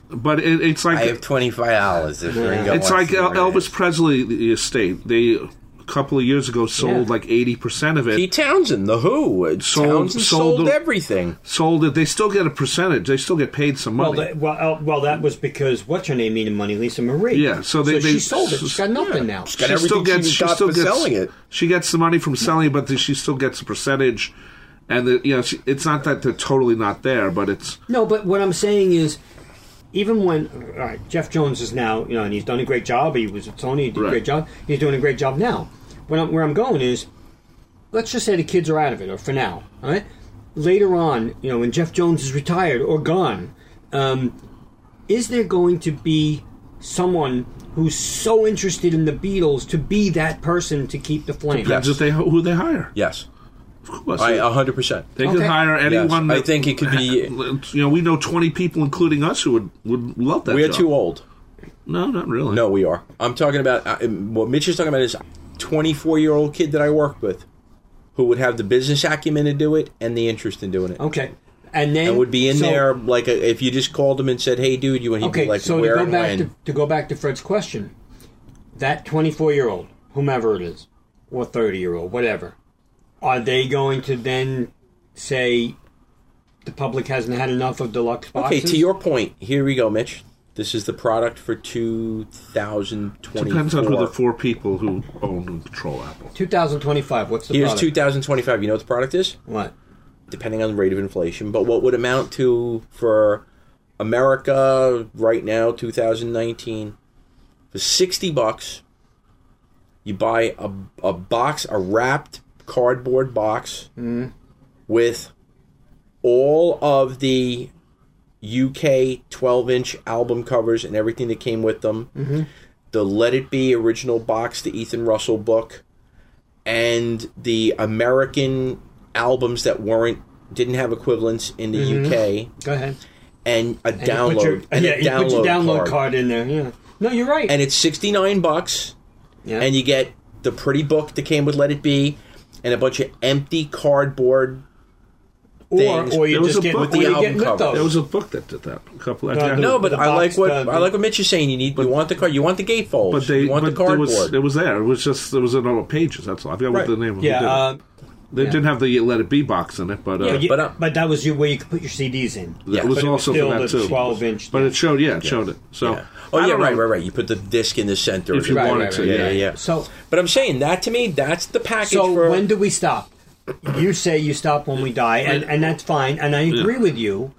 [SPEAKER 2] but it, it's like
[SPEAKER 4] I have twenty five dollars if Ringo
[SPEAKER 2] it's
[SPEAKER 4] wants
[SPEAKER 2] like
[SPEAKER 4] to
[SPEAKER 2] El-
[SPEAKER 4] do it.
[SPEAKER 2] Elvis Presley the estate. They a couple of years ago sold
[SPEAKER 4] Yeah.
[SPEAKER 2] like 80% of it.
[SPEAKER 4] Pete Townsend, the Who. Sold,
[SPEAKER 2] Sold-
[SPEAKER 4] Townsend
[SPEAKER 2] sold
[SPEAKER 4] sold,
[SPEAKER 2] the-
[SPEAKER 4] everything.
[SPEAKER 2] sold it. They still get a percentage. They still get paid some
[SPEAKER 3] Well,
[SPEAKER 2] money.
[SPEAKER 3] that, well, uh, well, that was because what's her name needed money, Lisa Marie.
[SPEAKER 2] Yeah, so they- they-
[SPEAKER 3] she sold it. She's got nothing now.
[SPEAKER 4] Got
[SPEAKER 2] she still
[SPEAKER 4] everything
[SPEAKER 2] gets.
[SPEAKER 4] she
[SPEAKER 2] She
[SPEAKER 4] got
[SPEAKER 2] still
[SPEAKER 4] for
[SPEAKER 2] gets.
[SPEAKER 4] selling it.
[SPEAKER 2] She gets the money from selling, but the- she still gets a percentage. And the, you know, she, it's not that they're totally not there, but it's
[SPEAKER 3] No, but what I'm saying is, even when all right, Jeff Jones is now, you know, and he's done a great job. He was at Sony, he did a
[SPEAKER 2] Right.
[SPEAKER 3] great job. He's doing a great job now. When I'm, where I'm going is, let's just say the kids are out of it, or for now, all right. Later on, you know, when Jeff Jones is retired or gone, um, is there going to be someone who's so interested in the Beatles to be that person to keep the flame?
[SPEAKER 2] depends if they who they hire.
[SPEAKER 4] Yes,
[SPEAKER 2] Of course,
[SPEAKER 4] I hundred percent.
[SPEAKER 2] they could
[SPEAKER 3] Okay.
[SPEAKER 2] hire anyone.
[SPEAKER 4] I
[SPEAKER 2] that-
[SPEAKER 4] think it could be-
[SPEAKER 2] You know, we know twenty people, including us, who would would love that.
[SPEAKER 4] We're
[SPEAKER 2] job.
[SPEAKER 4] too old.
[SPEAKER 2] No, not really.
[SPEAKER 4] No, we are. I'm talking about I, what Mitch is talking about is 24 year old kid that I worked with, who would have the business acumen to do it and the interest in doing it.
[SPEAKER 3] Okay, and then
[SPEAKER 4] And would be in
[SPEAKER 3] so-
[SPEAKER 4] there like a, if you just called him and said, "Hey, dude, you want to
[SPEAKER 3] Okay,
[SPEAKER 4] be like
[SPEAKER 3] so to
[SPEAKER 4] where
[SPEAKER 3] go
[SPEAKER 4] and
[SPEAKER 3] back
[SPEAKER 4] when?"
[SPEAKER 3] to, to go back to Fred's question, that twenty-four-year-old, whomever it is, or thirty-year-old, whatever, are they going to then say the public hasn't had enough of deluxe
[SPEAKER 4] okay,
[SPEAKER 3] boxes?
[SPEAKER 4] to your point, here we go, Mitch. This is the product for 2024.
[SPEAKER 2] depends on who the four people who own and control Apple.
[SPEAKER 3] 2025. What's the
[SPEAKER 4] Here's
[SPEAKER 3] product?
[SPEAKER 4] 2025. You know what the product is?
[SPEAKER 3] What?
[SPEAKER 4] depending on the rate of inflation, but what would amount to for America right now, 2019, for 60 bucks, you buy a, a box, a wrapped cardboard box with all of the UK 12 inch album covers and everything that came with them. The Let It Be original box, the Ethan Russell book and the American albums that weren't didn't have equivalents in the UK
[SPEAKER 3] Go ahead.
[SPEAKER 4] Mm-hmm. and a
[SPEAKER 3] And you
[SPEAKER 4] download
[SPEAKER 3] Put your,
[SPEAKER 4] and
[SPEAKER 3] yeah,
[SPEAKER 4] a
[SPEAKER 3] you
[SPEAKER 4] download,
[SPEAKER 3] put your download
[SPEAKER 4] card.
[SPEAKER 3] card. in there. Yeah. No, you're right.
[SPEAKER 4] and it's 69 bucks
[SPEAKER 3] yeah.
[SPEAKER 4] and you get the pretty book that came with Let It Be and a bunch of empty cardboard
[SPEAKER 3] or
[SPEAKER 4] things.
[SPEAKER 3] or you
[SPEAKER 2] There was
[SPEAKER 3] just
[SPEAKER 2] a
[SPEAKER 3] get
[SPEAKER 2] book
[SPEAKER 3] with
[SPEAKER 2] with the
[SPEAKER 3] the album
[SPEAKER 4] album cover.
[SPEAKER 2] There was a book that did that. A couple. I
[SPEAKER 3] No,
[SPEAKER 2] think I-
[SPEAKER 4] no,
[SPEAKER 3] the-
[SPEAKER 4] but
[SPEAKER 3] the
[SPEAKER 4] I
[SPEAKER 3] box,
[SPEAKER 4] like what
[SPEAKER 3] the-
[SPEAKER 4] I like what Mitch is saying. You need you want the card, you want the gatefold,
[SPEAKER 2] but they
[SPEAKER 4] you want
[SPEAKER 2] but
[SPEAKER 4] the cardboard.
[SPEAKER 2] It was, it was there. It was just there was a number of pages. That's all. I forgot
[SPEAKER 4] Right.
[SPEAKER 2] what the name of
[SPEAKER 3] yeah.
[SPEAKER 2] it.
[SPEAKER 3] Uh,
[SPEAKER 2] They didn't have the Let It Be box in it, but uh,
[SPEAKER 3] yeah, you-
[SPEAKER 4] but, uh,
[SPEAKER 3] but that was your where you could put your CDs in.
[SPEAKER 2] It was
[SPEAKER 4] Yeah.
[SPEAKER 3] But it was
[SPEAKER 2] also
[SPEAKER 3] still
[SPEAKER 2] for
[SPEAKER 3] the
[SPEAKER 2] that too.
[SPEAKER 3] 12-inch
[SPEAKER 2] But it showed, yeah, it showed it. So,
[SPEAKER 4] Yeah. Oh
[SPEAKER 2] I
[SPEAKER 4] yeah,
[SPEAKER 2] don't
[SPEAKER 4] right,
[SPEAKER 2] know.
[SPEAKER 4] right, right. You put the disc in the center
[SPEAKER 2] If you
[SPEAKER 4] want
[SPEAKER 2] wanted to,
[SPEAKER 4] yeah, yeah.
[SPEAKER 3] So
[SPEAKER 4] But I'm saying that to me, that's the package
[SPEAKER 3] So
[SPEAKER 4] for
[SPEAKER 3] when do we stop? You say you stop when we die, and, and that's fine, and I agree with you.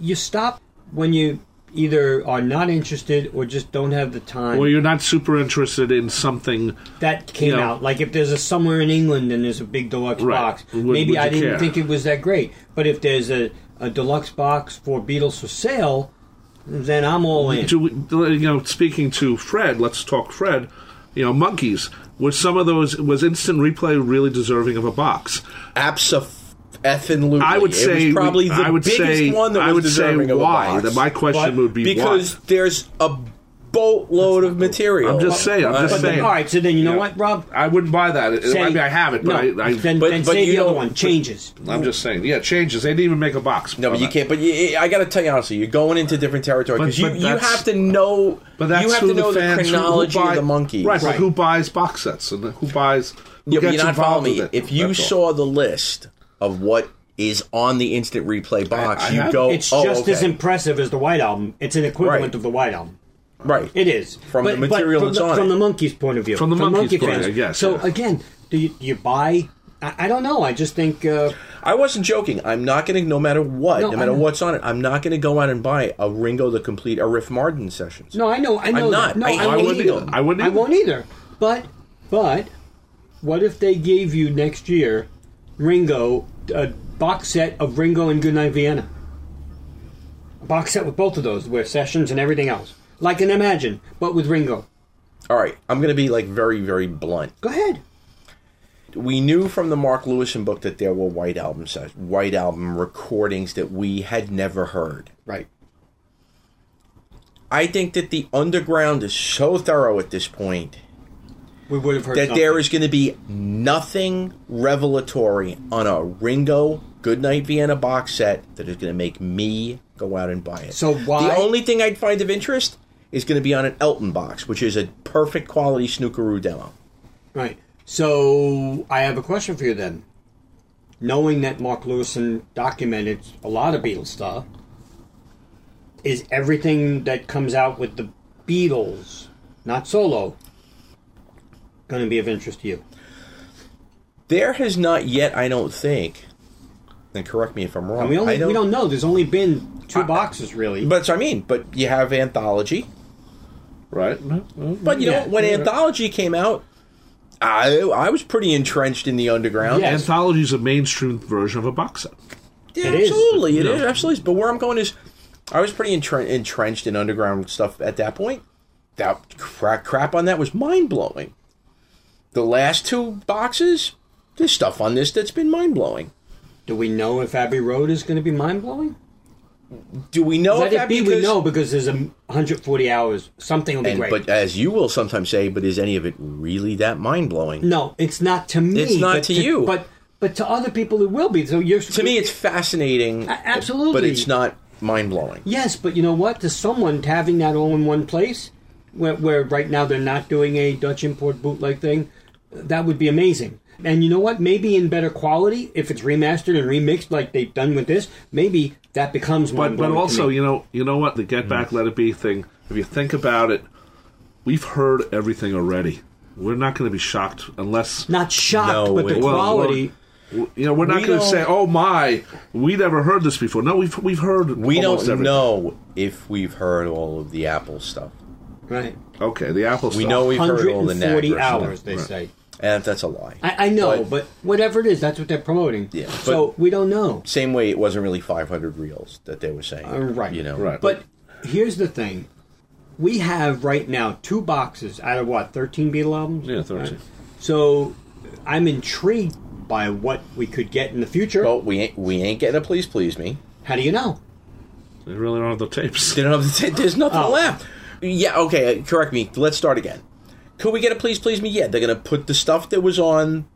[SPEAKER 3] You stop when you either are not interested or just don't have the time
[SPEAKER 2] Well, you're not super interested in something.
[SPEAKER 3] that came
[SPEAKER 2] you know-
[SPEAKER 3] out. Like if there's a summer in England and there's a big deluxe
[SPEAKER 2] Right.
[SPEAKER 3] box,
[SPEAKER 2] Would-
[SPEAKER 3] maybe
[SPEAKER 2] would
[SPEAKER 3] I
[SPEAKER 2] you
[SPEAKER 3] didn't
[SPEAKER 2] care?
[SPEAKER 3] think it was that great. But if there's a, a deluxe box for Beatles for sale, then I'm all in.
[SPEAKER 2] Do we, you know, speaking to Fred, let's talk Fred. You know, monkeys. Was some of those was instant replay really deserving of a box?
[SPEAKER 4] Absolutely.
[SPEAKER 2] I would say
[SPEAKER 4] it was probably
[SPEAKER 2] we-
[SPEAKER 4] the
[SPEAKER 2] I would
[SPEAKER 4] biggest
[SPEAKER 2] say,
[SPEAKER 4] one that
[SPEAKER 2] I
[SPEAKER 4] was
[SPEAKER 2] would say
[SPEAKER 4] deserving of a
[SPEAKER 2] why.
[SPEAKER 4] box.
[SPEAKER 2] That my question
[SPEAKER 3] Why?
[SPEAKER 2] would be
[SPEAKER 4] because
[SPEAKER 2] why.
[SPEAKER 4] there's a boatload of material.
[SPEAKER 2] I'm just saying, I'm just
[SPEAKER 3] But then,
[SPEAKER 2] saying.
[SPEAKER 3] all right, so then you know
[SPEAKER 2] Yeah.
[SPEAKER 3] what, Rob?
[SPEAKER 2] I wouldn't buy that. It-
[SPEAKER 3] Say-
[SPEAKER 2] I mean, I have it, but
[SPEAKER 3] no,
[SPEAKER 2] I, I
[SPEAKER 3] then,
[SPEAKER 4] But-
[SPEAKER 3] then
[SPEAKER 4] but
[SPEAKER 3] say
[SPEAKER 4] you
[SPEAKER 3] the other
[SPEAKER 4] don't-
[SPEAKER 3] one changes.
[SPEAKER 2] I'm just saying. Yeah, changes. They didn't even make a box.
[SPEAKER 4] No, but you can't. But you, I got to tell you honestly, you're going into different territory
[SPEAKER 2] But-
[SPEAKER 4] because you,
[SPEAKER 2] but
[SPEAKER 4] you
[SPEAKER 2] that's-
[SPEAKER 4] have to know.
[SPEAKER 2] But that's
[SPEAKER 4] you have
[SPEAKER 2] who
[SPEAKER 4] to know
[SPEAKER 2] the
[SPEAKER 4] the,
[SPEAKER 2] fans who-
[SPEAKER 4] chronology
[SPEAKER 2] who buy,
[SPEAKER 4] of the monkeys.
[SPEAKER 2] right? But
[SPEAKER 3] Right.
[SPEAKER 2] who buys box sets and who buys? Who
[SPEAKER 4] Yeah, but
[SPEAKER 2] gets
[SPEAKER 4] you're not
[SPEAKER 2] involved
[SPEAKER 4] following me.
[SPEAKER 2] with it?
[SPEAKER 4] If you
[SPEAKER 2] That's all.
[SPEAKER 4] saw the list of what is on the instant replay box,
[SPEAKER 2] I
[SPEAKER 4] you
[SPEAKER 2] have-
[SPEAKER 4] go.
[SPEAKER 3] It's
[SPEAKER 4] oh,
[SPEAKER 3] just
[SPEAKER 4] okay.
[SPEAKER 3] as impressive as the White Album. It's an equivalent
[SPEAKER 4] Right.
[SPEAKER 3] of the White Album.
[SPEAKER 4] right.
[SPEAKER 3] It is
[SPEAKER 4] From the material
[SPEAKER 3] from
[SPEAKER 4] that's
[SPEAKER 3] the,
[SPEAKER 4] on
[SPEAKER 3] from
[SPEAKER 4] it.
[SPEAKER 3] the monkeys' point of view.
[SPEAKER 2] From the
[SPEAKER 3] monkey
[SPEAKER 2] Monkeys' point of
[SPEAKER 3] fans.
[SPEAKER 2] view, yes,
[SPEAKER 3] So
[SPEAKER 2] yeah.
[SPEAKER 3] again, do you, you buy? I, I don't know. I just think uh,
[SPEAKER 4] I wasn't joking. I'm not going to, no matter what,
[SPEAKER 3] No,
[SPEAKER 4] no, matter
[SPEAKER 3] I know.
[SPEAKER 4] what's on it, I'm not going to go out and buy a Ringo the Complete, a Riff Martin sessions.
[SPEAKER 3] no. I know. I know.
[SPEAKER 4] not.
[SPEAKER 3] That. No,
[SPEAKER 4] I-
[SPEAKER 3] I,
[SPEAKER 4] I
[SPEAKER 3] won't
[SPEAKER 4] wouldn't
[SPEAKER 3] either.
[SPEAKER 4] either.
[SPEAKER 2] I wouldn't
[SPEAKER 3] I
[SPEAKER 2] either.
[SPEAKER 3] won't either. But but what if they gave you next year Ringo a box set of Ringo and Goodnight Vienna? A box set with both of those, with sessions and everything else, like an Imagine, but with Ringo.
[SPEAKER 4] All right, I'm going to be like very, very blunt.
[SPEAKER 3] Go ahead.
[SPEAKER 4] We knew from the Mark Lewison book that there were white album ses- white album recordings that we had never heard.
[SPEAKER 3] Right.
[SPEAKER 4] I think that the underground is so thorough at this point
[SPEAKER 3] We would have heard
[SPEAKER 4] that
[SPEAKER 3] something.
[SPEAKER 4] there is going to be nothing revelatory on a Ringo Goodnight Vienna box set that is going to make me go out and buy it.
[SPEAKER 3] So why-
[SPEAKER 4] The only thing I'd find of interest is going to be on an Elton box, which is a perfect quality Snookeroo demo.
[SPEAKER 3] Right. So I have a question for you then. Knowing that Mark Lewison documented a lot of Beatles stuff, is everything that comes out with the Beatles, not solo, going to be of interest to you?
[SPEAKER 4] There has not yet, I don't think. And correct me if I'm wrong.
[SPEAKER 3] And we only
[SPEAKER 4] I don't,
[SPEAKER 3] we don't know. There's only been two boxes really.
[SPEAKER 4] But that's what I mean. But you have anthology, right? But you
[SPEAKER 3] Yeah.
[SPEAKER 4] know, when
[SPEAKER 3] Yeah.
[SPEAKER 4] anthology came out, I I was pretty entrenched in the underground.
[SPEAKER 3] Yeah. Yes.
[SPEAKER 2] Anthology is a mainstream version of a box set.
[SPEAKER 4] Yeah,
[SPEAKER 3] It is.
[SPEAKER 4] absolutely. it is
[SPEAKER 2] Yeah.
[SPEAKER 4] absolutely. But where I'm going is, I was pretty entren- entrenched in underground stuff at that point. That cra- crap on that was mind blowing. The last two boxes, there's stuff on this that's been mind blowing.
[SPEAKER 3] Do we know if Abbey Road is going to be mind blowing?
[SPEAKER 4] Do we know
[SPEAKER 3] Let
[SPEAKER 4] if
[SPEAKER 3] it
[SPEAKER 4] that
[SPEAKER 3] be. We
[SPEAKER 4] Oh, because-
[SPEAKER 3] know because there's a 140 hours. Something will be
[SPEAKER 4] And,
[SPEAKER 3] great.
[SPEAKER 4] but as you will sometimes say, but is any of it really that mind blowing?
[SPEAKER 3] no, it's not to me.
[SPEAKER 4] It's not
[SPEAKER 3] but
[SPEAKER 4] to you.
[SPEAKER 3] But but to other people it will be. So you're
[SPEAKER 4] To me, it's fascinating.
[SPEAKER 3] A- absolutely.
[SPEAKER 4] But it's not mind blowing.
[SPEAKER 3] Yes, but you know what? To someone having that all in one place, where, where right now they're not doing a Dutch import bootleg thing, that would be amazing. And you know what? Maybe in better quality, if it's remastered and remixed like they've done with this, maybe that becomes
[SPEAKER 2] But
[SPEAKER 3] one.
[SPEAKER 2] but also, you know, you know what the Get Back
[SPEAKER 4] Mm.
[SPEAKER 2] Let It Be thing. If you think about it, we've heard everything already. We're not going to be shocked unless
[SPEAKER 3] not shocked,
[SPEAKER 4] No,
[SPEAKER 3] but the
[SPEAKER 4] it- well,
[SPEAKER 3] quality.
[SPEAKER 2] you know. We're not
[SPEAKER 4] We
[SPEAKER 2] going to
[SPEAKER 4] don't-
[SPEAKER 2] say, "Oh my, we never heard this before." No, we've we've heard.
[SPEAKER 4] We
[SPEAKER 2] almost
[SPEAKER 4] don't
[SPEAKER 2] everything.
[SPEAKER 4] know if we've heard all of the Apple stuff.
[SPEAKER 3] right.
[SPEAKER 2] Okay, the Apple.
[SPEAKER 4] We
[SPEAKER 2] stuff.
[SPEAKER 4] know we've heard all the NAG
[SPEAKER 3] 140
[SPEAKER 4] version.
[SPEAKER 3] hours, they say.
[SPEAKER 4] And that's a lie.
[SPEAKER 3] I, I know,
[SPEAKER 4] But-
[SPEAKER 3] but, whatever it is, that's what they're promoting.
[SPEAKER 4] Yeah, but-
[SPEAKER 3] so we don't know.
[SPEAKER 4] Same way, it wasn't really 500 reels that they were saying.
[SPEAKER 3] Uh, right.
[SPEAKER 4] You know.
[SPEAKER 2] Right.
[SPEAKER 3] But here's the thing. We have right now two boxes out of what, 13 Beatle albums?
[SPEAKER 2] Yeah, 13.
[SPEAKER 3] So I'm intrigued by what we could get in the future.
[SPEAKER 4] Well, Oh, we ain't we ain't getting a please please me.
[SPEAKER 3] How do you know?
[SPEAKER 2] They really don't have the tapes.
[SPEAKER 4] They don't have the- there's nothing
[SPEAKER 3] Oh.
[SPEAKER 4] left. Yeah. Okay. uh, Correct me. Let's start again. Could we get a please please me? Yeah. They're gonna put the stuff that was on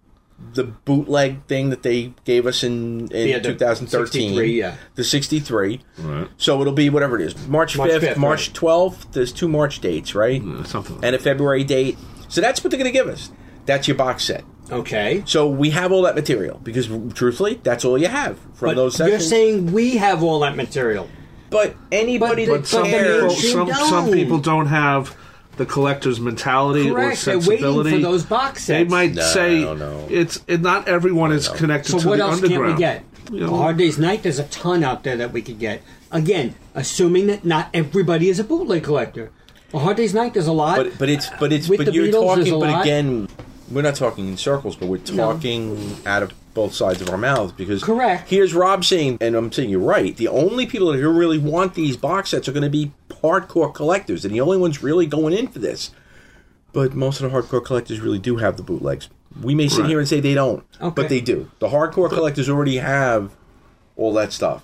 [SPEAKER 4] the bootleg thing that they gave us in in
[SPEAKER 3] Yeah, the
[SPEAKER 4] 2013.
[SPEAKER 3] 63, yeah.
[SPEAKER 4] The 63.
[SPEAKER 2] Right.
[SPEAKER 4] So it'll be whatever it is. March,
[SPEAKER 3] March
[SPEAKER 4] 5th,
[SPEAKER 3] 5th,
[SPEAKER 4] March
[SPEAKER 3] right.
[SPEAKER 4] 12th. There's two March dates, right?
[SPEAKER 2] [laughs] Something.
[SPEAKER 4] And a February date. So that's what they're gonna give us. That's your box set.
[SPEAKER 3] Okay.
[SPEAKER 4] So we have all that material because, truthfully, that's all you have from
[SPEAKER 3] But
[SPEAKER 4] those
[SPEAKER 3] you're
[SPEAKER 4] sessions.
[SPEAKER 3] saying we have all that material.
[SPEAKER 4] but anybody
[SPEAKER 3] But-
[SPEAKER 4] that
[SPEAKER 2] but some
[SPEAKER 4] cares,
[SPEAKER 2] people,
[SPEAKER 3] mainstream
[SPEAKER 2] some, some
[SPEAKER 3] don't.
[SPEAKER 2] people don't have the collector's mentality or
[SPEAKER 3] Correct. They're
[SPEAKER 2] sensibility.
[SPEAKER 3] waiting for those box
[SPEAKER 2] They
[SPEAKER 3] sets.
[SPEAKER 2] might
[SPEAKER 4] No,
[SPEAKER 2] say
[SPEAKER 4] no.
[SPEAKER 2] it's it, not everyone is connected
[SPEAKER 3] So
[SPEAKER 2] to
[SPEAKER 3] what
[SPEAKER 2] the
[SPEAKER 3] else can't we
[SPEAKER 2] underground.
[SPEAKER 3] get?
[SPEAKER 2] You know,
[SPEAKER 3] A Hard Day's Night, there's a ton out there that we could get. Again, assuming that not everybody is a bootleg collector. A Hard Day's Night, there's a lot.
[SPEAKER 4] but but it's but it's
[SPEAKER 3] With
[SPEAKER 4] but
[SPEAKER 3] the
[SPEAKER 4] you're
[SPEAKER 3] Beatles, there's
[SPEAKER 4] talking.
[SPEAKER 3] a
[SPEAKER 4] But
[SPEAKER 3] lot.
[SPEAKER 4] again, we're not talking in circles, but we're talking out of both sides of our mouths because
[SPEAKER 3] Correct.
[SPEAKER 4] Here's Rob saying, and I'm saying you're right. The only people that really want these box sets are going to be hardcore collectors, and the only ones really going in for this. But most of the hardcore collectors really do have the bootlegs. We may sit
[SPEAKER 2] Right.
[SPEAKER 4] here and say they don't,
[SPEAKER 3] Okay.
[SPEAKER 4] but they do. The hardcore collectors already have all that stuff.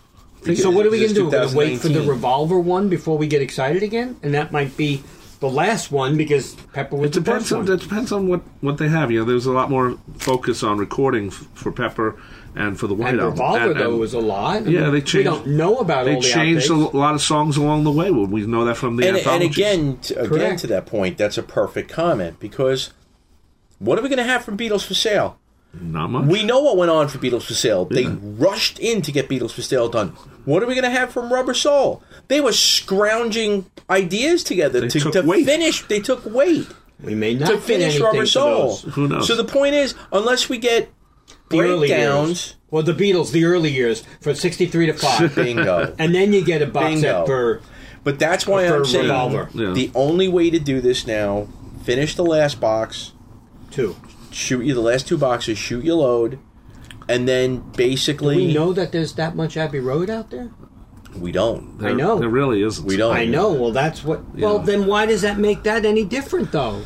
[SPEAKER 3] So what are we going
[SPEAKER 4] Because
[SPEAKER 3] to do? We're going to wait for the
[SPEAKER 4] 2019.
[SPEAKER 3] revolver one before we get excited again, and that might be the last one because Pepper was
[SPEAKER 2] It
[SPEAKER 3] the
[SPEAKER 2] depends.
[SPEAKER 3] first
[SPEAKER 2] On,
[SPEAKER 3] one.
[SPEAKER 2] it depends on what, what they have. You know, there's a lot more focus on recording f- for Pepper and for the White
[SPEAKER 3] and
[SPEAKER 2] Album.
[SPEAKER 3] revolver
[SPEAKER 2] And-
[SPEAKER 3] though
[SPEAKER 2] and
[SPEAKER 3] was a lot.
[SPEAKER 2] Yeah, they
[SPEAKER 3] We
[SPEAKER 2] changed-
[SPEAKER 3] don't know about
[SPEAKER 2] They
[SPEAKER 3] all the
[SPEAKER 2] changed a
[SPEAKER 3] outtakes.
[SPEAKER 2] lot of songs along the way. Well, we know that from the
[SPEAKER 4] and, and
[SPEAKER 2] anthology.
[SPEAKER 4] again, t- again
[SPEAKER 3] Correct.
[SPEAKER 4] to that point, that's a perfect comment because what are we going to have from Beatles for sale?
[SPEAKER 2] not much.
[SPEAKER 4] We know what went on for Beatles for sale. They rushed in to get Beatles for sale done. What are we going to have from Rubber Soul? They were scrounging ideas together
[SPEAKER 2] They
[SPEAKER 4] to,
[SPEAKER 2] took
[SPEAKER 4] to
[SPEAKER 2] weight.
[SPEAKER 4] finish. They took weight
[SPEAKER 3] We may not
[SPEAKER 4] to
[SPEAKER 3] get
[SPEAKER 4] finish
[SPEAKER 3] anything
[SPEAKER 4] Rubber
[SPEAKER 3] for
[SPEAKER 4] Soul.
[SPEAKER 3] those.
[SPEAKER 2] Who knows?
[SPEAKER 4] So the point is, unless we get
[SPEAKER 3] The
[SPEAKER 2] [laughs]
[SPEAKER 3] early years.
[SPEAKER 4] breakdowns, ah,
[SPEAKER 3] Well, the Beatles, the early years from '63 to '5,
[SPEAKER 4] bingo.
[SPEAKER 3] and then you get a box
[SPEAKER 4] Bingo.
[SPEAKER 3] set for
[SPEAKER 4] But that's why
[SPEAKER 3] Prefer
[SPEAKER 4] I'm saying
[SPEAKER 3] Revolver.
[SPEAKER 2] Yeah.
[SPEAKER 4] the only way to do this now: finish the last box.
[SPEAKER 3] two.
[SPEAKER 4] shoot you the last two boxes, shoot your load, and then basically
[SPEAKER 3] We know that there's that much Abbey Road out there.
[SPEAKER 4] we don't.
[SPEAKER 2] there,
[SPEAKER 3] I know.
[SPEAKER 2] there really isn't.
[SPEAKER 4] We don't.
[SPEAKER 3] I know. Well, that's what. Well,
[SPEAKER 2] Oh, Yeah.
[SPEAKER 3] then why does that make that any different, though?